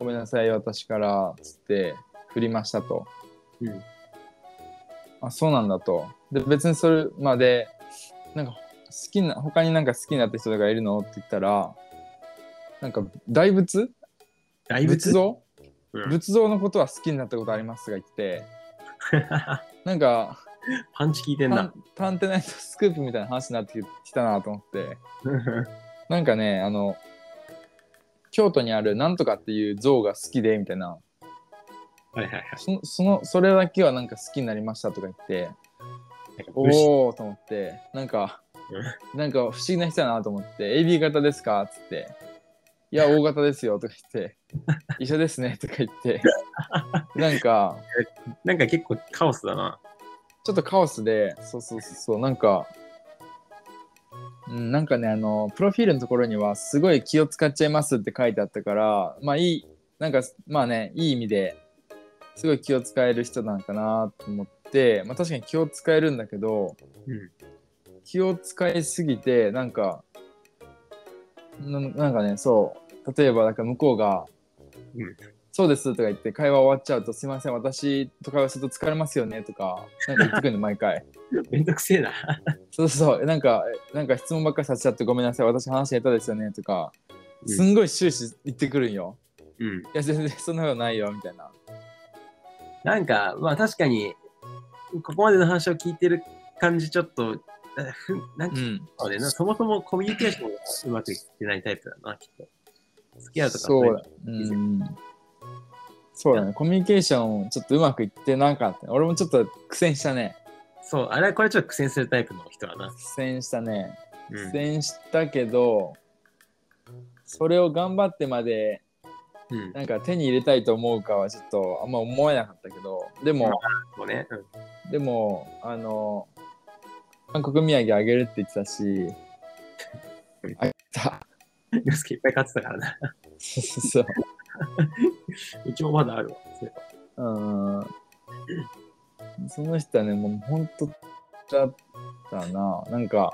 [SPEAKER 1] ごめんなさい私からつって振りましたと。
[SPEAKER 2] うん。
[SPEAKER 1] あそうなんだと。で別にそれまでなんか好きな他になんか好きになった人とかいるのって言ったらなんか大仏
[SPEAKER 2] 大仏
[SPEAKER 1] 仏像
[SPEAKER 2] うん
[SPEAKER 1] 仏像のことは好きになったことありますが言ってなんか
[SPEAKER 2] <laughs> パンチ効いてんな
[SPEAKER 1] 探。探偵ナイトスクープみたいな話になってきたなと思って
[SPEAKER 2] <laughs> う
[SPEAKER 1] なんかねあの京都にあるなんとかっていう像が好きでみたいなん
[SPEAKER 2] はいはいはい。
[SPEAKER 1] そそのそれだけはなんか好きになりましたとか言って
[SPEAKER 2] なんか武士
[SPEAKER 1] おおと思ってなんかなんか不思議な人だなと思って「AB 型ですか?」っつって「 <laughs> いや O 型ですよ」とか言って「一緒ですね」とか言 <laughs> ってなんか
[SPEAKER 2] なんか結構カオスだな。
[SPEAKER 1] ちょっとカオスで、そうそうそうそう、なんか、うん、なんかねあのプロフィールのところにはすごい気を使っちゃいますって書いてあったからまあいいなんかまあねいい意味ですごい気を使える人なんかなと思って、まあ、確かに気を使えるんだけど
[SPEAKER 2] うん。
[SPEAKER 1] 気を使いすぎてなんかななんかねそう例えばなんか向こうが
[SPEAKER 2] うん
[SPEAKER 1] 「そうです」とか言って会話終わっちゃうと「すいません私と会話すると疲れますよね」とかなんか言ってくるの毎回。
[SPEAKER 2] めんどくせえな。
[SPEAKER 1] そうそうなんかなんか質問ばっかりさせちゃってごめんなさい私話下手ですよねとか
[SPEAKER 2] うん
[SPEAKER 1] すんごい終始言ってくるんよ、
[SPEAKER 2] うん。
[SPEAKER 1] いや全然そんなことないよみたいな
[SPEAKER 2] なんか、まあ確かに、ここまでの話を聞いてる感じ、ちょっと、あふんなんか
[SPEAKER 1] ん
[SPEAKER 2] そうね、なそもそもコミュニケーションがうまくいってないタイプだな、きっと。付き合うとか
[SPEAKER 1] そう
[SPEAKER 2] う
[SPEAKER 1] だうんそうだねコミュニケーションちょっとうまくいってなんかった俺もちょっと苦戦したね
[SPEAKER 2] そう、あれはこれちょっと苦戦するタイプの人だな。
[SPEAKER 1] 苦戦したね
[SPEAKER 2] う
[SPEAKER 1] 苦
[SPEAKER 2] ん。
[SPEAKER 1] 戦したけど、それを頑張ってまで
[SPEAKER 2] うん、
[SPEAKER 1] なんか手に入れたいと思うかはちょっとあんま思えなかったけどでも、
[SPEAKER 2] そうね。うん
[SPEAKER 1] でも、あの、韓国土産あげるって言ってたし、あげた。
[SPEAKER 2] 洋介いっぱい買ってたからな。
[SPEAKER 1] そうそう
[SPEAKER 2] うちもまだあるわ。そういえば
[SPEAKER 1] そう。うん。その人はね、もう本当だったな。なんか、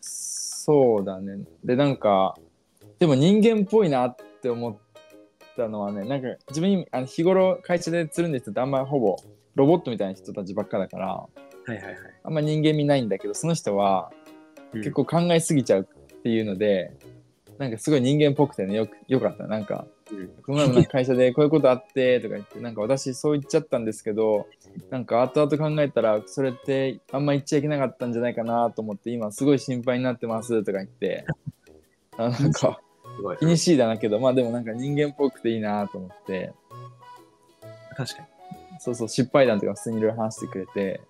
[SPEAKER 1] そうだね。で、なんか、でも人間っぽいなって思ったのはね、なんか自分にあの日頃会社でつるんでる人ってあんまりほぼロボットみたいな人たちばっかだから、
[SPEAKER 2] はいはいはい。
[SPEAKER 1] あんま人間味ないんだけど、その人は、
[SPEAKER 2] うん
[SPEAKER 1] 結構考えすぎちゃうっていうので、なんかすごい人間っぽくてねよくよかったなんか、
[SPEAKER 2] うん
[SPEAKER 1] この前もなんか会社でこういうことあってとか言ってなんか私そう言っちゃったんですけどなんか後々考えたらそれってあんま言っちゃいけなかったんじゃないかなと思って今すごい心配になってますとか言ってあなんか
[SPEAKER 2] すごい。
[SPEAKER 1] 気にしいだなけどまあでもなんか人間っぽくていいなと思って
[SPEAKER 2] 確か
[SPEAKER 1] そうそう失敗談とか普通にいろいろ話してくれて、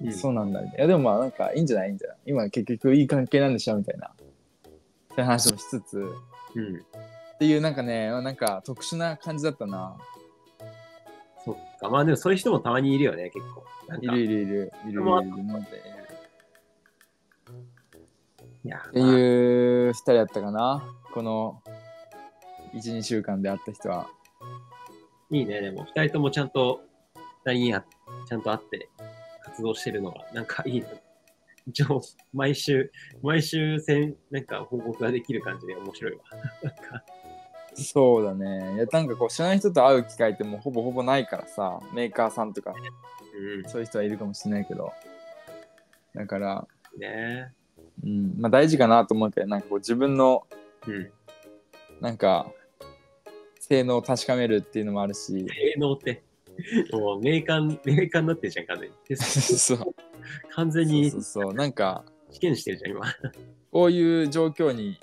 [SPEAKER 2] に。
[SPEAKER 1] そううなんだみたいな。いやでもまあなんかいいんじゃないいいんじゃない今結局いい関係なんでしょみたいな。そういう話もしつつ。
[SPEAKER 2] ん。うん。
[SPEAKER 1] っていうなんかね、なんか特殊な感じだったな。
[SPEAKER 2] そっか。まあでもそういう人もたまにいるよね、結構。なん
[SPEAKER 1] い
[SPEAKER 2] か
[SPEAKER 1] るいるいるいるいるいる
[SPEAKER 2] まあ
[SPEAKER 1] マジで
[SPEAKER 2] いや、
[SPEAKER 1] って
[SPEAKER 2] まあ
[SPEAKER 1] いう2人だったかな。この1、2週間で会った人は。
[SPEAKER 2] いいね、でも、二人ともちゃんと、二人にあちゃんと会って活動してるのが、なんかいいな。一応、毎週、毎週せん、なんか報告ができる感じで面白いわ。
[SPEAKER 1] そうだね。いやなんかこう知らない人と会う機会ってもうほぼほぼないからさ、メーカーさんとか
[SPEAKER 2] うん。
[SPEAKER 1] そういう人はいるかもしれないけど。だから、
[SPEAKER 2] ね
[SPEAKER 1] うん、まあ大事かなと思うけど、なんかこう自分の
[SPEAKER 2] うん。
[SPEAKER 1] なんか性能を確かめるっていうのもあるし <laughs>
[SPEAKER 2] 性能って、もう、メーカー、メーカーになってるじゃん、完全に。で
[SPEAKER 1] そうそう
[SPEAKER 2] 完全に
[SPEAKER 1] そうそうなんか
[SPEAKER 2] 試験してるじゃん、今。
[SPEAKER 1] こういう状況に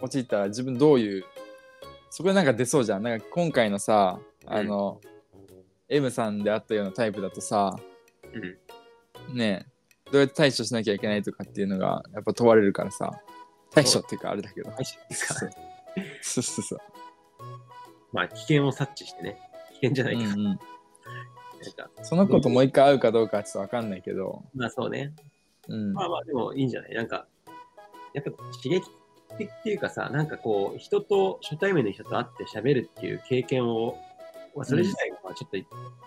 [SPEAKER 1] 陥ったら自分どういうそこでなんか出そうじゃんなんか今回のさあの、M さんであったようなタイプだとさ
[SPEAKER 2] うん。
[SPEAKER 1] ねえどうやって対処しなきゃいけないとかっていうのがやっぱ問われるからさ対処っていうかあれだけど
[SPEAKER 2] 大丈夫ですか
[SPEAKER 1] そうそうそうそう、
[SPEAKER 2] まあ、危険を察知してね。危険じゃな
[SPEAKER 1] う
[SPEAKER 2] い
[SPEAKER 1] ん
[SPEAKER 2] けど、
[SPEAKER 1] うん、
[SPEAKER 2] なんか、
[SPEAKER 1] その子ともう一回会うかどうかはちょっとわかんないけど、
[SPEAKER 2] まあそうね。
[SPEAKER 1] うん、
[SPEAKER 2] まあまあでもいいんじゃないなんか、やっぱ刺激的っていうかさ、なんかこう、人と、初対面の人と会って喋るっていう経験を、まあそれ自体がまあちょっと一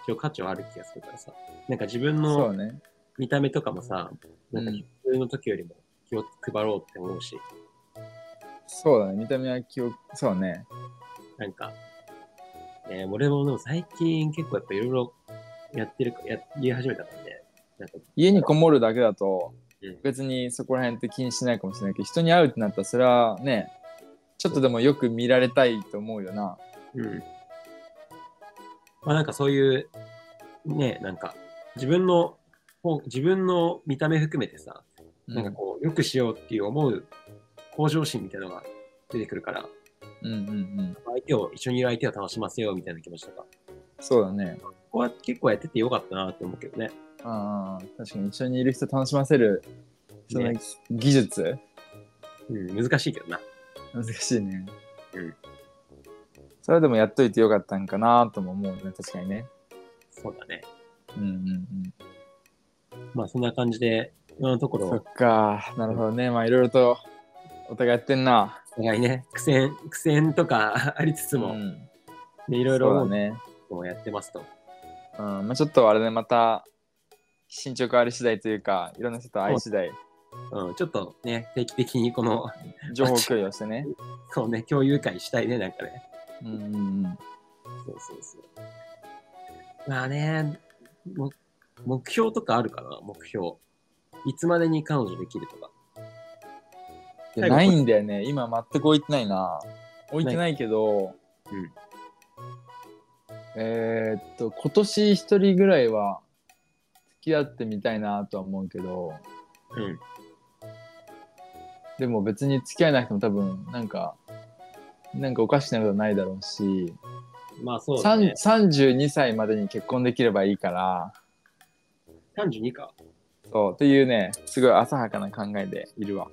[SPEAKER 2] 応価値はある気がするからさ、なんか自分
[SPEAKER 1] そ
[SPEAKER 2] の
[SPEAKER 1] うね
[SPEAKER 2] 見た目とかもさ、なんか
[SPEAKER 1] うん
[SPEAKER 2] 普通の時よりも気を配ろうって思うし、
[SPEAKER 1] そうだね見た目は記憶そうね
[SPEAKER 2] なんか、ね、俺もでも最近結構やっぱいろいろやってるか、や言い始めたからね、なんか、
[SPEAKER 1] 家にこもるだけだと
[SPEAKER 2] うん
[SPEAKER 1] 別にそこら辺って気にしないかもしれないけど人に会うってなったらそれはねちょっとでもよく見られたいと思うよな
[SPEAKER 2] うん。まあなんかそういう、ね、なんか自分の、こう自分の見た目含めてさ、
[SPEAKER 1] う
[SPEAKER 2] なんかこう、よくしようっていう思う向上心みたいなのが出てくるから、
[SPEAKER 1] うんうんうん
[SPEAKER 2] 相手を、一緒にいる相手を楽しませようみたいな気持ちとか、
[SPEAKER 1] そうだね
[SPEAKER 2] ここは結構やっててよかったなって思うけどね。
[SPEAKER 1] ああ確かに一緒にいる人楽しませるその
[SPEAKER 2] ね
[SPEAKER 1] 技術、
[SPEAKER 2] うん、難しいけどな。
[SPEAKER 1] 難しいね
[SPEAKER 2] うん
[SPEAKER 1] それでもやっといてよかったんかなとも思うね確かにね
[SPEAKER 2] そうだね。
[SPEAKER 1] うんうんうん
[SPEAKER 2] まあそんな感じで、のところ
[SPEAKER 1] そ
[SPEAKER 2] を
[SPEAKER 1] っか、なるほどね。まあいろいろとお互いやってんな。
[SPEAKER 2] お互いね、苦戦、苦戦とかありつつも、
[SPEAKER 1] ん、
[SPEAKER 2] ね、い
[SPEAKER 1] い
[SPEAKER 2] ろいろ思うこ
[SPEAKER 1] ね。
[SPEAKER 2] とをやってますと。
[SPEAKER 1] うん、まあちょっとあれね、また進捗あり次第というか、いろんな人と会い次第、
[SPEAKER 2] うん、ちょっとね、定期的にこの、
[SPEAKER 1] 情報共有をしてね。
[SPEAKER 2] そうね、共有会したいね、なんかね。
[SPEAKER 1] うんうんうん。
[SPEAKER 2] そうそうそう。まあね、も目標とかあるかな、目標。いつまでに彼女できるとか。
[SPEAKER 1] い
[SPEAKER 2] 最
[SPEAKER 1] や
[SPEAKER 2] 後
[SPEAKER 1] ないんだよね。今全く置いてないな。置いてないけど、
[SPEAKER 2] うん
[SPEAKER 1] えーっと、今年一人ぐらいは付き合ってみたいなとは思うけど、
[SPEAKER 2] うん。
[SPEAKER 1] でも別に付き合えなくても多分、なんか、なんかおかしなことはないだろうし、
[SPEAKER 2] まあそうだ
[SPEAKER 1] 三
[SPEAKER 2] ね。
[SPEAKER 1] 32歳までに結婚できればいいから、
[SPEAKER 2] 32か。
[SPEAKER 1] そう、っていうね、すごい浅はかな考えでいるわ。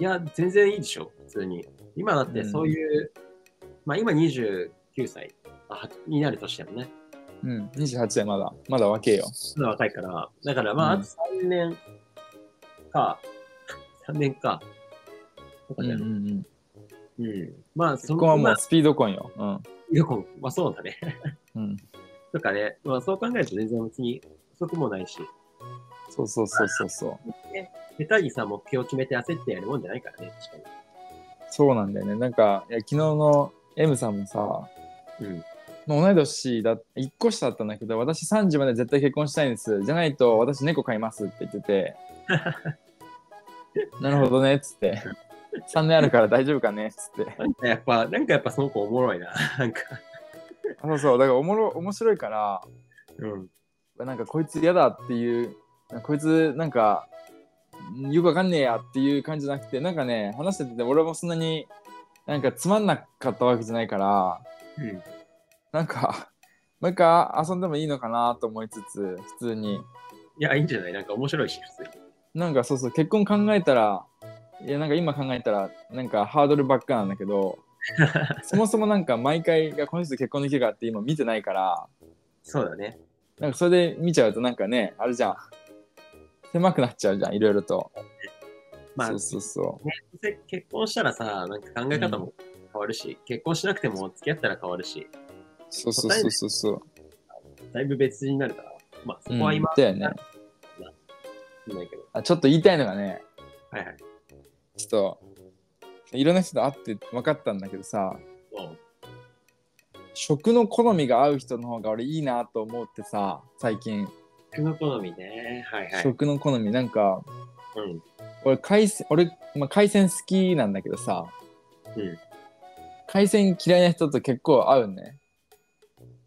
[SPEAKER 2] いや、全然いいでしょ、普通に。今だってそういう、まあ今29歳あはになる年だよね。
[SPEAKER 1] うん、28歳まだ、まだ若えよ。
[SPEAKER 2] まだ若いから。だからまあ、
[SPEAKER 1] うん
[SPEAKER 2] あと3年か、3年か。とか
[SPEAKER 1] うん
[SPEAKER 2] だ
[SPEAKER 1] う
[SPEAKER 2] よ
[SPEAKER 1] ん
[SPEAKER 2] ね。
[SPEAKER 1] うん。
[SPEAKER 2] うん。まあ、そ
[SPEAKER 1] そ
[SPEAKER 2] の
[SPEAKER 1] こはも
[SPEAKER 2] ま
[SPEAKER 1] う
[SPEAKER 2] あ
[SPEAKER 1] スピード婚よ。
[SPEAKER 2] いやこうまあそうだね。
[SPEAKER 1] うん。うん。
[SPEAKER 2] とかね、まあ、そう考えると全然別に不足もないし、
[SPEAKER 1] そうそうそうそうそう。
[SPEAKER 2] 下手にさ、目標を決めて焦ってやるもんじゃないからね、確か
[SPEAKER 1] そうなんだよね。なんか、いや昨日の M さんもさ、
[SPEAKER 2] に。うん。
[SPEAKER 1] もう同い年だ、1個下だったんだけど、私30まで絶対結婚したいんです。じゃないと私猫飼いますって言ってて、 <laughs> なるほどね、っつって。3年あるから大丈夫かね、っつって。
[SPEAKER 2] なんかやっぱ、なんかやっぱその子おもろいな。 <laughs> なんか、
[SPEAKER 1] あそうそう、だからおもろ、面白いから、
[SPEAKER 2] うん。
[SPEAKER 1] なんかこいつ嫌だっていうこいつなんかんよくわかんねえやっていう感じじゃなくてなんかね話してて俺もそんなになんかつまんなかったわけじゃないから
[SPEAKER 2] うん。
[SPEAKER 1] なんかもう一回遊んでもいいのかなと思いつつ普通に
[SPEAKER 2] いや、いいんじゃないなんか面白いし、普通に。
[SPEAKER 1] なんかそうそう結婚考えたらいやなんか今考えたらなんかハードルばっかなんだけどそもそもなんか毎回がこの人と結婚できるかって今見てないから
[SPEAKER 2] そうだね。
[SPEAKER 1] なんかそれで見ちゃうとなんかねあれじゃん狭くなっちゃうじゃんいろいろと
[SPEAKER 2] まあ、
[SPEAKER 1] そうそうそ
[SPEAKER 2] せ結婚したらさ、なんか考え方も変わるし、結婚しなくても付き合ったら変わるし、
[SPEAKER 1] う。そうそうそうそうそう。
[SPEAKER 2] だいぶ別になるから、まあ、そこは今、
[SPEAKER 1] うんだよね
[SPEAKER 2] ないけど。
[SPEAKER 1] あ。ちょっと言いたいのがね、
[SPEAKER 2] はいはい。
[SPEAKER 1] ちょっといろんな人と会って分かったんだけどさ、
[SPEAKER 2] うん
[SPEAKER 1] 食の好みが合う人の方が俺いいなと思ってさ、最近、
[SPEAKER 2] 僕の好みね。はいはい。
[SPEAKER 1] 食の好み、なんか、
[SPEAKER 2] うん。
[SPEAKER 1] 俺海鮮、俺、まあ、海鮮好きなんだけどさ、
[SPEAKER 2] うん
[SPEAKER 1] 海鮮嫌いな人と結構合うね。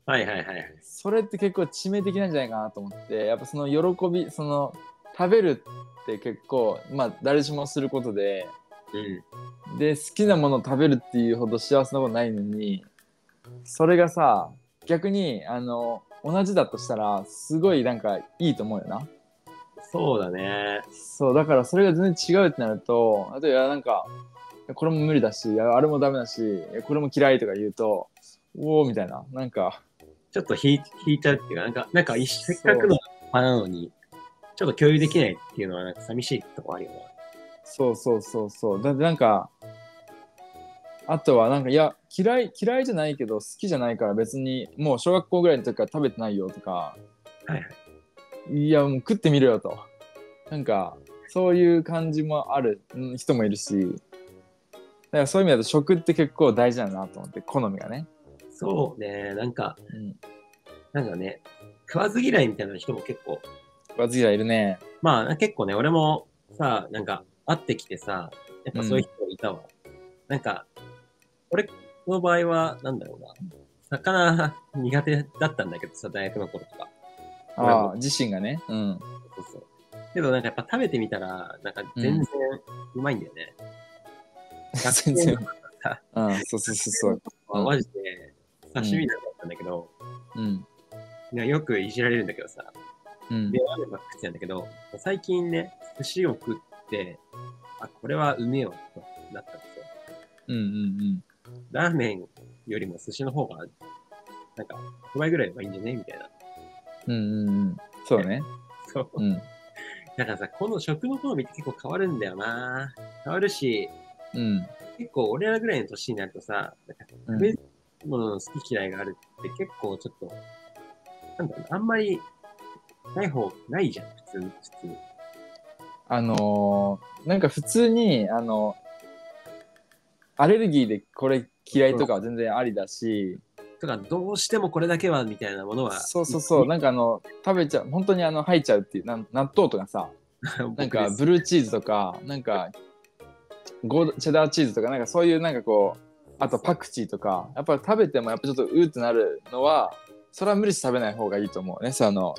[SPEAKER 2] はいはいはいはい。
[SPEAKER 1] それって結構致命的なんじゃないかなと思ってやっぱその喜びその食べるって結構まあ誰しもすることで
[SPEAKER 2] うん。
[SPEAKER 1] で好きなものを食べるっていうほど幸せなことないのにそれがさ逆にあの同じだとしたらすごいなんかいいと思うよな
[SPEAKER 2] そうだね。
[SPEAKER 1] そうだからそれが全然違うってなると例えばなんかいやこれも無理だしいやあれもダメだしいやこれも嫌いとか言うとおおみたいななんか
[SPEAKER 2] ちょっと引い引いちゃうっていうか、なんか、なんか一せっかくの場なのに、ちょっと共有できないっていうのは、なんか寂しいとこあるよな。
[SPEAKER 1] そうそうそうそう。だってなんか、あとはなんか、いや、嫌い、嫌いじゃないけど、好きじゃないから別に、もう小学校ぐらいの時から食べてないよとか、、
[SPEAKER 2] はいはい
[SPEAKER 1] や、もう食ってみろよと。なんか、そういう感じもあるうん人もいるし、だからそういう意味だと食って結構大事だなと思って、好みがね。
[SPEAKER 2] そうね、なんか、
[SPEAKER 1] うん。
[SPEAKER 2] なんかね、食わず嫌いみたいな人も結構、
[SPEAKER 1] 食わず嫌いいるね。
[SPEAKER 2] まあ結構ね、俺もさ、なんか会ってきてさ、やっぱそういう人いたわ。なんか、俺の場合は、なんだろうな、魚 <laughs> 苦手だったんだけどさ、大学の頃とか。
[SPEAKER 1] ああ、自身がね。うん。
[SPEAKER 2] そうそう。けどなんかやっぱ食べてみたら、なんか全然うまいんだよね。
[SPEAKER 1] <laughs> 全然。うん、そうそうそうそう。うん
[SPEAKER 2] マジで刺身なんだったんだけど、
[SPEAKER 1] うん。
[SPEAKER 2] いやよくいじられるんだけどさ、
[SPEAKER 1] うん
[SPEAKER 2] で、。ラーメンばっか食ってたんだけど、最近ね、寿司を食って、あ、これはうめえわ、となったんですよ。
[SPEAKER 1] うんうん
[SPEAKER 2] ラーメンよりも寿司の方が、なんか、100倍ぐらいはいいんじゃねみたいな。
[SPEAKER 1] うん。うんうんうん。そうね。
[SPEAKER 2] そう。
[SPEAKER 1] うん。
[SPEAKER 2] だからさ、この食の好みって結構変わるんだよな。変わるし、
[SPEAKER 1] うん。
[SPEAKER 2] 結構俺らぐらいの年になるとさ、なんか
[SPEAKER 1] うん
[SPEAKER 2] 食べ物の好き嫌いがあるって結構ちょっと、なんだろうな、あんまりない方、ないじゃん、普通に、普通に。
[SPEAKER 1] あのーなんか普通に、あの、アレルギーでこれ嫌いとかは全然ありだし、
[SPEAKER 2] とか、どうしてもこれだけはみたいなものは、
[SPEAKER 1] そうそうそう、なんかあの、食べちゃう、本当にあの、吐いちゃうっていう、なん納豆とかさ、
[SPEAKER 2] 僕
[SPEAKER 1] なん
[SPEAKER 2] です
[SPEAKER 1] かブルーチーズとか、なんかゴーチェダーチーズとか、なんかそういうなんかこう、あとパクチーとか、やっぱ食べてもやっぱちょっとうーってなるのは、それは無理して食べない方がいいと思うね。その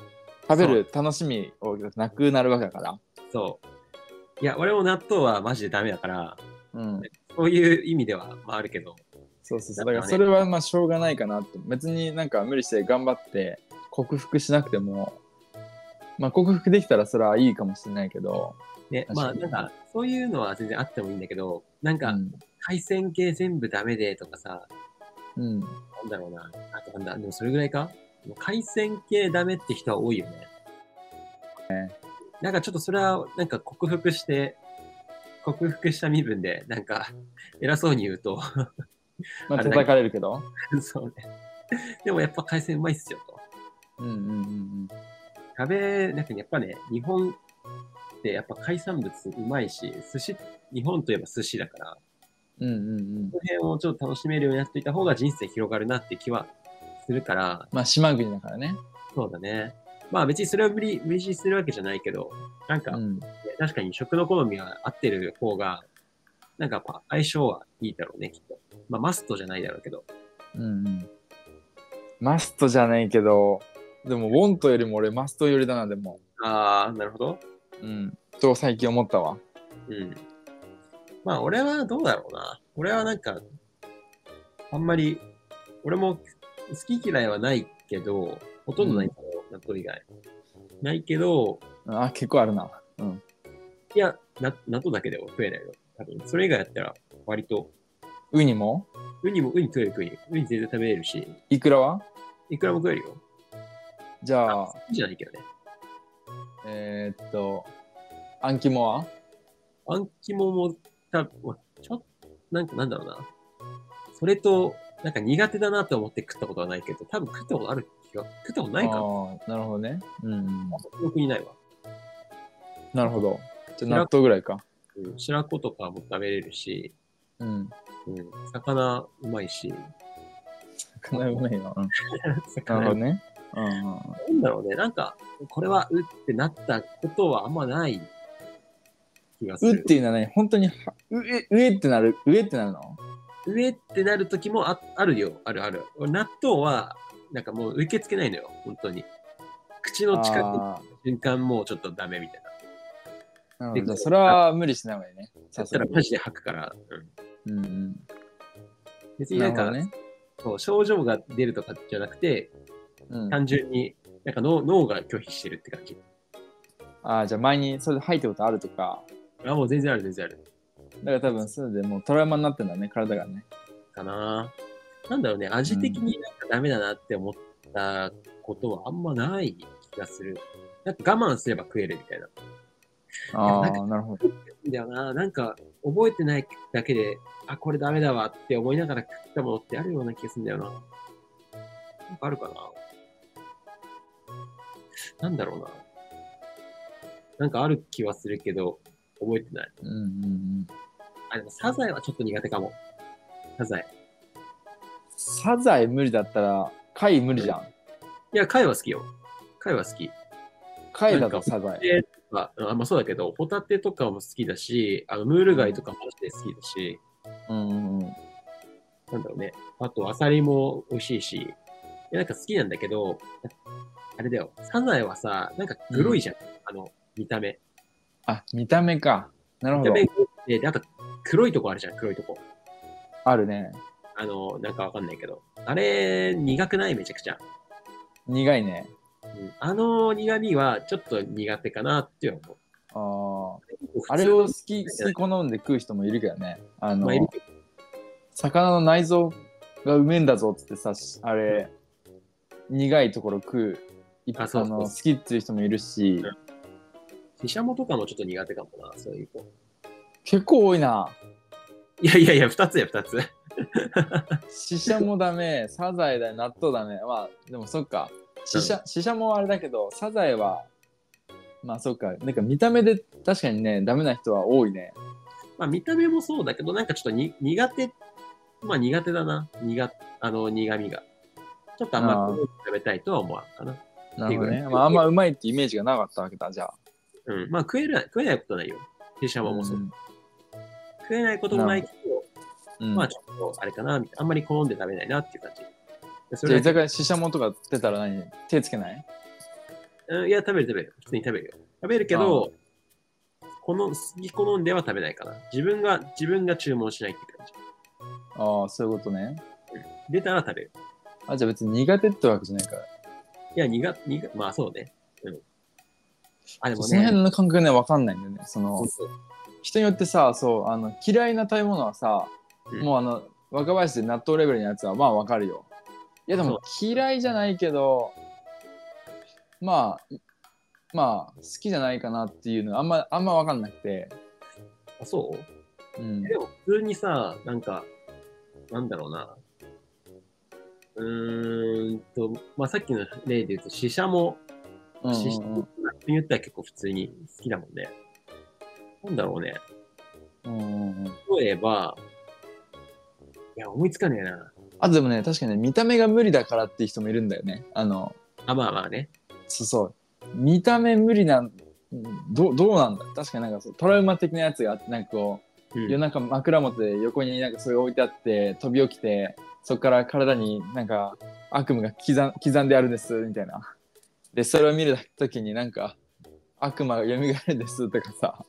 [SPEAKER 1] 食べる楽しみをなくなるわけだから。
[SPEAKER 2] そう。いや、俺も納豆はマジでダメだから、
[SPEAKER 1] うん、
[SPEAKER 2] そういう意味では、まああるけど、
[SPEAKER 1] そうそうそう。だからそれはまあしょうがないかなと。別になんか無理して頑張って克服しなくても、まあ克服できたらそれはいいかもしれないけど。
[SPEAKER 2] ね、
[SPEAKER 1] 確
[SPEAKER 2] ま
[SPEAKER 1] か
[SPEAKER 2] あ
[SPEAKER 1] に
[SPEAKER 2] なんか、そういうのは全然あってもいいんだけど、なん
[SPEAKER 1] う
[SPEAKER 2] か、
[SPEAKER 1] ん。
[SPEAKER 2] 海鮮系全部ダメでとかさ、
[SPEAKER 1] うん。
[SPEAKER 2] なんだろうな、あとなんだ、でもそれぐらいかもう海鮮系ダメって人は多いよね。なんかちょっとそれは、なんか克服して、克服した身分で、なんか、偉そうに言うと、
[SPEAKER 1] まあ
[SPEAKER 2] あれだけ
[SPEAKER 1] 叩かれるけど。
[SPEAKER 2] <laughs> そうね。でもやっぱ海鮮うまいっすよと。
[SPEAKER 1] うんうんうん
[SPEAKER 2] 食べ、なんかやっぱね、日本ってやっぱ海産物うまいし、寿司、日本といえば寿司だから、
[SPEAKER 1] うん。うんうんうん
[SPEAKER 2] こ。の辺をちょっと楽しめるようになっていた方が人生広がるなって気はするから、
[SPEAKER 1] まあ島国だからね。
[SPEAKER 2] そうだね。まあ別にそれを無理、無理強いするわけじゃないけど、なんか、
[SPEAKER 1] うん、
[SPEAKER 2] 確かに食の好みが合ってる方が、なんかやっぱ相性はいいだろうね、きっと。まあマストじゃないだろうけど。
[SPEAKER 1] うんうんマストじゃないけどでもウォントよりも俺マスト寄りだなでも
[SPEAKER 2] ああ、なるほど。
[SPEAKER 1] うんと最近思ったわ
[SPEAKER 2] うん。まあ、俺はどうだろうな。俺はなんか、あんまり、俺も好き嫌いはないけど、ほとんどないかな、納豆以外。ないけど、
[SPEAKER 1] あ結構あるなうん
[SPEAKER 2] いや、な納豆だけでは食えないよ。多分、それ以外やったら、割と、
[SPEAKER 1] ウニも
[SPEAKER 2] ウニも、ウニ食える食える。ウニ全然食べれるし、
[SPEAKER 1] イクラはい
[SPEAKER 2] くらも食えるよ。
[SPEAKER 1] じゃあ
[SPEAKER 2] 好きじゃないけどね。
[SPEAKER 1] えー、っとアンキモは
[SPEAKER 2] あん肝も、たまあちょっと、なんかなんだろうな。それと、なんか苦手だなと思って食ったことはないけど、多分食ったことある気が、食ったことないかな。
[SPEAKER 1] あーなるほどねうんうん
[SPEAKER 2] 記憶にないわ。
[SPEAKER 1] なるほどじゃあ納豆ぐらいか
[SPEAKER 2] うん、白子とかも食べれるし、
[SPEAKER 1] うん
[SPEAKER 2] うん、魚うまいし、 <laughs>
[SPEAKER 1] 魚うまいな、うん、なるほ
[SPEAKER 2] 魚
[SPEAKER 1] どねうんうんうん
[SPEAKER 2] なんだろうね、なんか、これはうってなったことはあんまない気がす
[SPEAKER 1] うっ
[SPEAKER 2] る。
[SPEAKER 1] ていうのはね本当にはうえうえってなるうえってなるの
[SPEAKER 2] 上ってなる時もああるよ、あるある。俺納豆は、なんかもう受け付けないのよ、本当に。口の近くの
[SPEAKER 1] あ
[SPEAKER 2] 瞬間もうちょっとダメみたいな。
[SPEAKER 1] ーなるほどじゃあそれは無理しない方がいいね
[SPEAKER 2] だ
[SPEAKER 1] さ
[SPEAKER 2] っ
[SPEAKER 1] す
[SPEAKER 2] た
[SPEAKER 1] が
[SPEAKER 2] ら
[SPEAKER 1] に
[SPEAKER 2] マジで吐くから、うん、
[SPEAKER 1] うんうん
[SPEAKER 2] 別になん
[SPEAKER 1] る
[SPEAKER 2] か
[SPEAKER 1] ほどね
[SPEAKER 2] そう症状が出るとかじゃなくて、
[SPEAKER 1] うん、
[SPEAKER 2] 単純になんか脳脳が拒否してるって感じ。
[SPEAKER 1] あーじゃあ前にそれで吐いたことあるとか
[SPEAKER 2] あ、もう全然ある、全然ある。
[SPEAKER 1] だから多分それでもうトラウマになってんだね体がね
[SPEAKER 2] かな。なんだろうね、味的になんかダメだなって思ったことはあんまない気がする。なんか我慢すれば食えるみたいな。
[SPEAKER 1] あ
[SPEAKER 2] な
[SPEAKER 1] あなるほど
[SPEAKER 2] だよな、なんか覚えてないだけで、あ、これダメだわって思いながら食ったものってあるような気がするんだよな。なんかあるかな。なんだろうな。なんかある気はするけど、覚えてない。
[SPEAKER 1] うんうんうん
[SPEAKER 2] あ、でもサザエはちょっと苦手かも。サザエ。
[SPEAKER 1] サザエ無理だったら貝無理じゃん
[SPEAKER 2] いや、貝は好きよ。貝は好き。
[SPEAKER 1] 貝だとサザエ
[SPEAKER 2] えとか、あまあ、そうだけど、ホタテとかも好きだし、あのムール貝とかもマジで好きだし、
[SPEAKER 1] うんうんうん
[SPEAKER 2] なんだろうね。あと、アサリも美味しいし、いやなんか好きなんだけど、あれだよ、サザエはさ、なんかグロいじゃん、あの、見た目。
[SPEAKER 1] あ見た目かなるほ
[SPEAKER 2] 見た
[SPEAKER 1] ど
[SPEAKER 2] 目で、であと、黒いとこあるじゃん、黒いとこ。
[SPEAKER 1] あるね
[SPEAKER 2] あの、なんかわかんないけど。あれ、苦くないめちゃくちゃ。
[SPEAKER 1] 苦いね
[SPEAKER 2] うんあの苦味はちょっと苦手かなって思
[SPEAKER 1] あ
[SPEAKER 2] う。
[SPEAKER 1] ーあれを好き好き好んで食う人もいるけどねあの
[SPEAKER 2] まあいるけど
[SPEAKER 1] 魚の内臓がうめえんだぞっつってさしあれ苦いところ食うい
[SPEAKER 2] あそうそう
[SPEAKER 1] の好きっていう人もいるし、
[SPEAKER 2] うんシシャモとかもちょっと苦手かもな、そういう子。
[SPEAKER 1] 結構多いな。
[SPEAKER 2] いやいやいや、2つや、2つ。
[SPEAKER 1] シシャもダメ、サザエだ、納豆ダメ。まあ、でもそっか。シシャ、シシャもあれだけど、サザエは、まあそっか。なんか見た目で確かにね、ダメな人は多いね。
[SPEAKER 2] まあ、見た目もそうだけど、なんかちょっとに苦手、まあ苦手だな、苦あの苦味が。ちょっとあんま
[SPEAKER 1] あー
[SPEAKER 2] り食べたいとは思わんか
[SPEAKER 1] な
[SPEAKER 2] な。
[SPEAKER 1] るほど
[SPEAKER 2] っていう
[SPEAKER 1] ね。
[SPEAKER 2] ぐらい
[SPEAKER 1] まあ、あんまうまいってイメージがなかったわけだ、じゃあ。
[SPEAKER 2] うん、まあ食える食えないことないよ。シシャモもそう。
[SPEAKER 1] ん
[SPEAKER 2] 食えないこともないけど、
[SPEAKER 1] うん
[SPEAKER 2] まあちょっとあれかな、みたいなあんまり好んで食べないなっていう感じ。でそ
[SPEAKER 1] じゃあ
[SPEAKER 2] れ
[SPEAKER 1] 居
[SPEAKER 2] だけ
[SPEAKER 1] 酒屋シシャモとか出たら何手つけない
[SPEAKER 2] うんいや、食べる食べる。普通に食べるよ。食べるけど、この好き好んでは食べないかな。自分が、自分が注文しないっていう感じ。
[SPEAKER 1] ああ、そういうことね。
[SPEAKER 2] 出たら食べる。
[SPEAKER 1] あ、じゃあ別に苦手ってわけじゃないから。
[SPEAKER 2] いや、苦、苦、まあそうね。うん。あ、でも
[SPEAKER 1] その
[SPEAKER 2] ね、
[SPEAKER 1] 辺の感覚ね、わかんないんだよね。その
[SPEAKER 2] そう、そう
[SPEAKER 1] 人によってさ、そう、あの、嫌いな食べ物はさ、
[SPEAKER 2] うん
[SPEAKER 1] もうあの、若林で納豆レベルのやつは、まあわかるよ。いや、でも嫌いじゃないけど、まあ、まあ、好きじゃないかなっていうのはあんま、あんまわかんなくて。
[SPEAKER 2] あそう
[SPEAKER 1] うん。
[SPEAKER 2] でも普通にさ、なんか、なんだろうな。うーんと、まあ、さっきの例で言うと、死者も、
[SPEAKER 1] うん
[SPEAKER 2] 死者
[SPEAKER 1] うんうん
[SPEAKER 2] も言ったら結構普通に好きだもんね。なんだろうね。
[SPEAKER 1] うんうんうん
[SPEAKER 2] 例えば、いや、思いつかねえな。
[SPEAKER 1] あとでもね、確かにね、見た目が無理だからっていう人もいるんだよね。あの、
[SPEAKER 2] あ、まあまあね。
[SPEAKER 1] そうそう。見た目無理なん、どうどうなんだ確かになんかそうトラウマ的なやつがあって、なんかこう、
[SPEAKER 2] うん
[SPEAKER 1] 夜中枕元で横になんかそれ置いてあって、飛び起きて、そこから体になんか悪夢が刻ん刻んであるんです、みたいな。で、それを見るときになんか、悪魔が蘇るんですとかさ、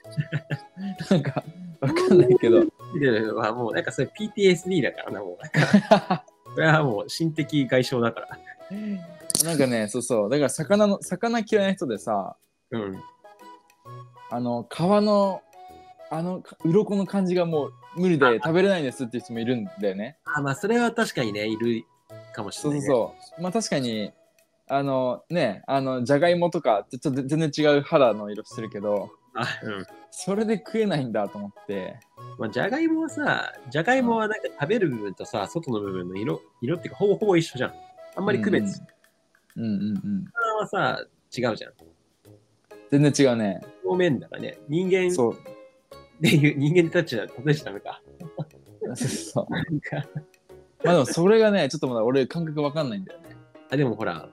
[SPEAKER 1] <laughs> なんか、わかんないけど、
[SPEAKER 2] ではもう、なんかそれ PTSD だからな、もう。なんか
[SPEAKER 1] <laughs>
[SPEAKER 2] これはもう、心的外傷だから。
[SPEAKER 1] なんかね、そうそう、だから魚の、魚嫌いな人でさ、
[SPEAKER 2] うん。
[SPEAKER 1] あの皮のあのか鱗の感じがもう無理で食べれないんですっていう人もいるんだよね。
[SPEAKER 2] あ、まあ、それは確かにね、いるかもし
[SPEAKER 1] そ
[SPEAKER 2] れ
[SPEAKER 1] う
[SPEAKER 2] な
[SPEAKER 1] そ
[SPEAKER 2] いうね、
[SPEAKER 1] そう。まあ確かにあのねあのじゃがいもとかちょっと全然違う肌の色してるけど
[SPEAKER 2] あ、うん。
[SPEAKER 1] それで食えないんだと思って。
[SPEAKER 2] まあ、じゃがいもはさ、じゃがいもはなんか食べる部分とさ、外の部分の色、色っていうか、ほぼほぼ一緒じゃん。あんまり区別。
[SPEAKER 1] うんうんうんうん、
[SPEAKER 2] 魚はさ、違うじゃん。
[SPEAKER 1] 全然違うね。
[SPEAKER 2] 表面だからね、人間
[SPEAKER 1] そう。
[SPEAKER 2] でいう、人間でタッチだ、例えちゃダメか。
[SPEAKER 1] そうそう
[SPEAKER 2] なんか、
[SPEAKER 1] まあでもそれがねちょっとまだ俺感覚わかんないんだよね。
[SPEAKER 2] あ、でもほら、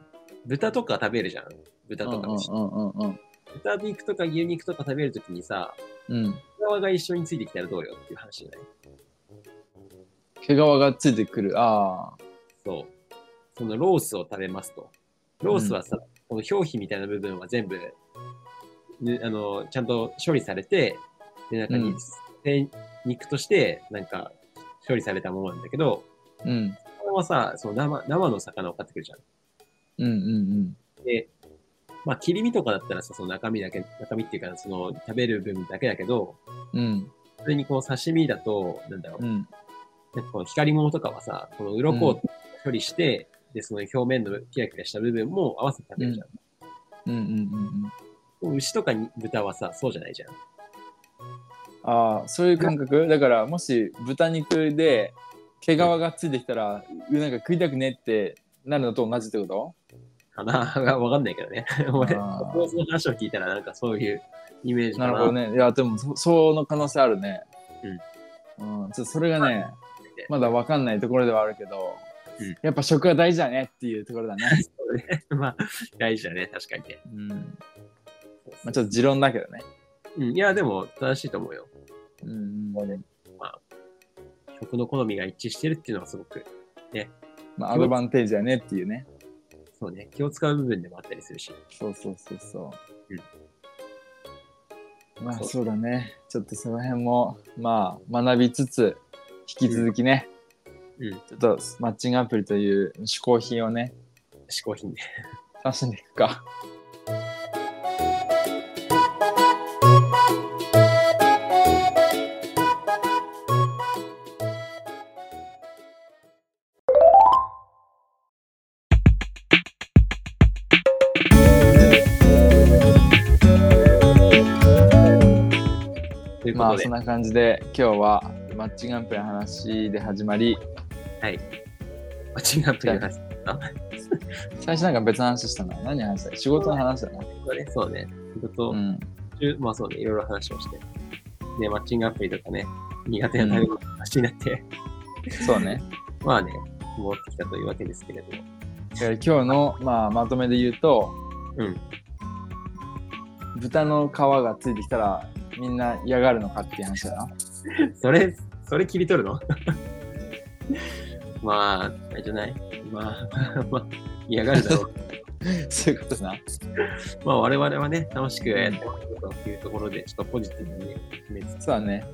[SPEAKER 2] 豚とか食べるじゃん。豚
[SPEAKER 1] うんう
[SPEAKER 2] と
[SPEAKER 1] ん
[SPEAKER 2] か、
[SPEAKER 1] うんうん
[SPEAKER 2] 豚肉とか牛肉とか食べるときにさ、
[SPEAKER 1] うん。うん。
[SPEAKER 2] 側が一緒についてきたらどうよっていう話じゃない
[SPEAKER 1] 毛皮がついてくる。ああ。
[SPEAKER 2] そう。そのロースを食べますと。ロースはさ、この表皮みたいな部分は全部、ね、あの、ちゃんと処理されて、で、中
[SPEAKER 1] う
[SPEAKER 2] に
[SPEAKER 1] ん、
[SPEAKER 2] 精肉として、なんか、処理されたものなんだけど、
[SPEAKER 1] うん。
[SPEAKER 2] 魚はさ、その生、生の魚を買ってくるじゃん。
[SPEAKER 1] うんうんうん。
[SPEAKER 2] で、まあ、切り身とかだったらさ、その中身だけ、中身っていうか、その、食べる部分だけだけど、
[SPEAKER 1] うん
[SPEAKER 2] それにこう、刺身だと、なんだろう
[SPEAKER 1] う、ん
[SPEAKER 2] なんかこの光り物とかはさ、この鱗を処理して、で、その表面のキラキラした部分も合わせて食べるじゃん。
[SPEAKER 1] うんうんうん。
[SPEAKER 2] でも牛とかに豚はさ、そうじゃないじゃん。
[SPEAKER 1] ああそういう感覚だからもし豚肉で毛皮がついてきたら、うなんか食いたくねってなるのと同じってこと
[SPEAKER 2] かなわかんないけどね。俺、
[SPEAKER 1] あー
[SPEAKER 2] その話を聞いたら、なんかそういうイメージか
[SPEAKER 1] な
[SPEAKER 2] な。
[SPEAKER 1] るほどねいやでもそその可能性あるねうん、ちょっとそれがねまだ分かんないところではあるけど、
[SPEAKER 2] うん
[SPEAKER 1] やっぱ食は大事だねっていうところだね、
[SPEAKER 2] そうね。 <laughs> まあ、大事だね、確かにね。
[SPEAKER 1] うんまあ、ちょっと持論だけどね
[SPEAKER 2] うん、いや、でも、正しいと思うよ。
[SPEAKER 1] うん、うん
[SPEAKER 2] 食の好みが一致してるっていうのはすごく、
[SPEAKER 1] まあ、アドバンテージだねっていうね
[SPEAKER 2] そうね、気を使う部分でもあったりするし。
[SPEAKER 1] そうそうそうそう。まあそうだね。ちょっとその辺も、まあ学びつつ、引き続きね、
[SPEAKER 2] うん、
[SPEAKER 1] ちょっとマッチングアプリという嗜好品をね、
[SPEAKER 2] 嗜好品ね。
[SPEAKER 1] 楽しんでいくか。
[SPEAKER 2] というこ
[SPEAKER 1] ま
[SPEAKER 2] と
[SPEAKER 1] あ
[SPEAKER 2] で、
[SPEAKER 1] そんな感じで今日はマッチングアプリの話で始まり
[SPEAKER 2] はい。マッチングアプリの話。
[SPEAKER 1] 最初なんか別の話したな何話した仕事の話だな
[SPEAKER 2] これそうね。仕事
[SPEAKER 1] うん
[SPEAKER 2] 中、まあそうね、いろいろ話をして。ね、マッチングアプリとかね、苦手な食べ物の話になって、
[SPEAKER 1] そうね
[SPEAKER 2] まあね、戻ってきたというわけですけれども。
[SPEAKER 1] だから今日の、まあ、まとめで言うと
[SPEAKER 2] うん。
[SPEAKER 1] 豚の皮がついてきたらみんな嫌がるのかっていう話だな
[SPEAKER 2] それ、それ切り取るの <laughs> まあ、あれじゃないまあ、 <laughs> まあ、嫌がるだろ <laughs> う。
[SPEAKER 1] そういうことな
[SPEAKER 2] まあ、我々はね、楽しくやってますよというところで、ちょっとポジティブに決めつつ、
[SPEAKER 1] そうだね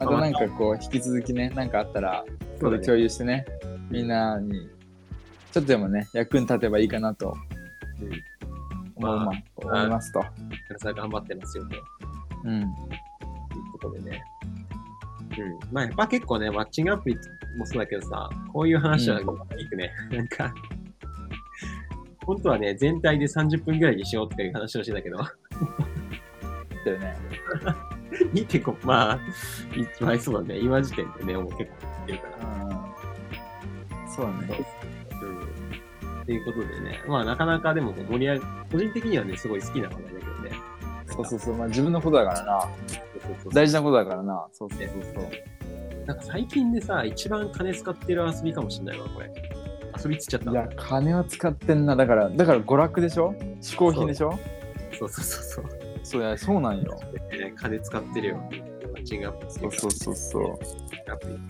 [SPEAKER 1] あとなんかこう引き続きねなんかあったら
[SPEAKER 2] そうだね
[SPEAKER 1] 共有してねみんなにちょっとでもね役に立てばいいかなと
[SPEAKER 2] うん、皆
[SPEAKER 1] 思,、ま
[SPEAKER 2] あ
[SPEAKER 1] 思いますと、
[SPEAKER 2] さん頑張ってますよという
[SPEAKER 1] うん、
[SPEAKER 2] ところでね。うん。まあ、やっぱ結構ね、マッチングアプリもそうだけどさ、こういう話は
[SPEAKER 1] う
[SPEAKER 2] よくね、なんか、本当はね、全体で30分ぐらいにしようっていう話をしてたけど、 <laughs>
[SPEAKER 1] だよね
[SPEAKER 2] 2.5、まあ、一番そうだね。今時点でね、もう結構いってるから。
[SPEAKER 1] うんそうだね
[SPEAKER 2] うん。っていうことでね、まあなかなかでも盛り上が個人的にはね、すごい好きな話だけどね。
[SPEAKER 1] そうそううそうまあ自分のことだからな
[SPEAKER 2] そうそう
[SPEAKER 1] 大事なことだからなそうそうそうそう
[SPEAKER 2] なんか最近でさ、一番金使ってる遊びかもしれないわ、これ。遊びつっちゃった
[SPEAKER 1] いや
[SPEAKER 2] わ。
[SPEAKER 1] 金は使ってんなだからだから娯楽でしょ嗜好品でしょ
[SPEAKER 2] そうそうそうそう。 <laughs>
[SPEAKER 1] そういやそうなんよ
[SPEAKER 2] えー金使ってるよ。マッチングアプリ。
[SPEAKER 1] そうそうそうそ
[SPEAKER 2] アプリ。
[SPEAKER 1] う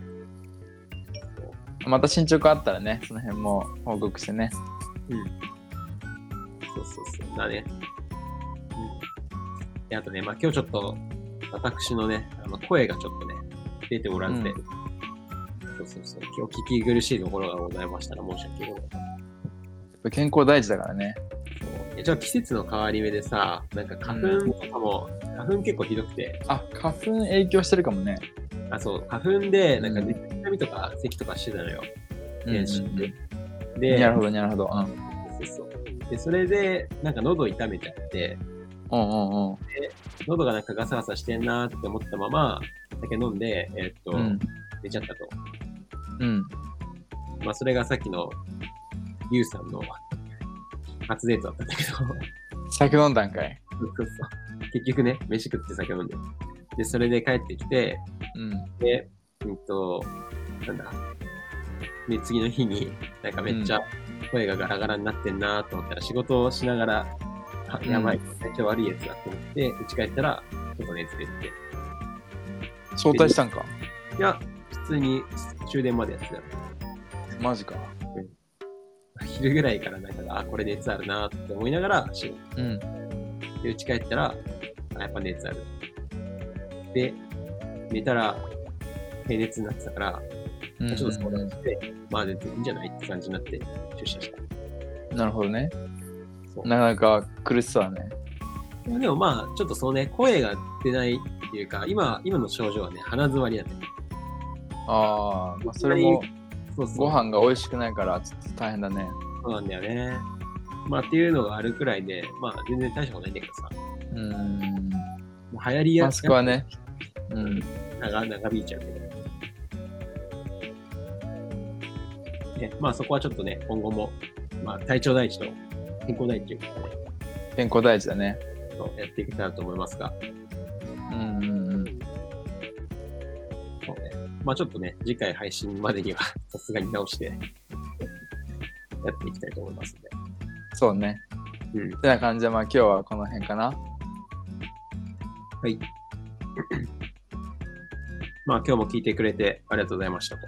[SPEAKER 1] また進捗あったらねその辺も報告してね
[SPEAKER 2] そうそうそう。だね。うん。で、あとね、まあ今日ちょっと、私のね、あの声がちょっとね、出ておらずで、
[SPEAKER 1] う
[SPEAKER 2] そうそうそう。今日聞き苦しいところがございましたら申し訳ございません。
[SPEAKER 1] 健康大事だからね
[SPEAKER 2] そうえじゃあ季節の変わり目でさ、なんか花粉とかも、花粉結構ひどくて、
[SPEAKER 1] あ花粉影響してるかもね
[SPEAKER 2] あ、そう、花粉で、なんか
[SPEAKER 1] うん
[SPEAKER 2] 熱みとか咳とかしてたのよ。
[SPEAKER 1] うんうん
[SPEAKER 2] で知って
[SPEAKER 1] うん
[SPEAKER 2] で、
[SPEAKER 1] なるほどなるほどうん
[SPEAKER 2] そうそうそうで、それで、なんか喉痛めちゃって、
[SPEAKER 1] うんうんうん
[SPEAKER 2] 喉がなんかガサガサしてんなーって思ったまま、酒飲んで、えーっと、
[SPEAKER 1] うん
[SPEAKER 2] 寝ちゃったと。
[SPEAKER 1] うん
[SPEAKER 2] まあ、それがさっきの、ゆうさんの初デートだったんだけど、そう
[SPEAKER 1] 酒飲んだんかい
[SPEAKER 2] そう結局ね、飯食って酒飲んで。で、それで帰ってきて、
[SPEAKER 1] うん
[SPEAKER 2] で、うんと、なんだ、で、次の日に、なんかめっちゃ声がガラガラになってんなーと思ったら、仕事をしながら、あ、やばい、めっちゃ悪いやつだと思って、家帰ったら、ちょっと熱出てて、
[SPEAKER 1] 招待したんか
[SPEAKER 2] いや、普通に終電までやってたよ。
[SPEAKER 1] マジか
[SPEAKER 2] 昼ぐらいからなんか、あ、これ熱あるなーって思いながら仕
[SPEAKER 1] う
[SPEAKER 2] 事
[SPEAKER 1] ん
[SPEAKER 2] で、家帰ったら、あ、やっぱ熱ある。で、寝たら、平熱になってたから、
[SPEAKER 1] うん
[SPEAKER 2] ちょっと相
[SPEAKER 1] う
[SPEAKER 2] 談
[SPEAKER 1] ん
[SPEAKER 2] して、まあ、全然いいんじゃないって感じになって、出社した。
[SPEAKER 1] なるほどね
[SPEAKER 2] そう
[SPEAKER 1] なかなか苦しそうだね
[SPEAKER 2] でもまあ、ちょっとそのね、声が出ないっていうか、今、今の症状はね、鼻詰まりだね。
[SPEAKER 1] あー、まあそれも
[SPEAKER 2] そうそう。
[SPEAKER 1] ご飯が美味しくないからちょっと大変だね
[SPEAKER 2] そうなんだよね。まあ、っていうのがあるくらいで、まあ、全然大したことないんだけどさ、
[SPEAKER 1] うん
[SPEAKER 2] もう流行りや
[SPEAKER 1] マ
[SPEAKER 2] す
[SPEAKER 1] ス
[SPEAKER 2] く
[SPEAKER 1] クはねうん
[SPEAKER 2] 長長引いちゃうけど。ね、まあ、そこはちょっとね、今後も、まあ、体調第一と健康第一ということで、ね、
[SPEAKER 1] 健康大事だね
[SPEAKER 2] そうやっていけたらと思いますが、
[SPEAKER 1] うんうんうん
[SPEAKER 2] そうね。まあちょっとね、次回配信までには <laughs> さすがに直して、やっていきたいと思います
[SPEAKER 1] そうね
[SPEAKER 2] ので。うん。
[SPEAKER 1] てな感じでまあ今日はこの辺かな
[SPEAKER 2] はい。まあ今日も聞いてくれてありがとうございましたと。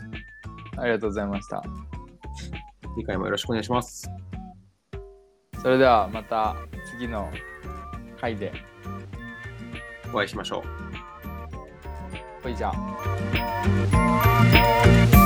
[SPEAKER 1] ありがとうございました
[SPEAKER 2] 次回もよろしくお願いします。
[SPEAKER 1] それではまた次の回で
[SPEAKER 2] お会いしましょう。
[SPEAKER 1] ほいじゃあ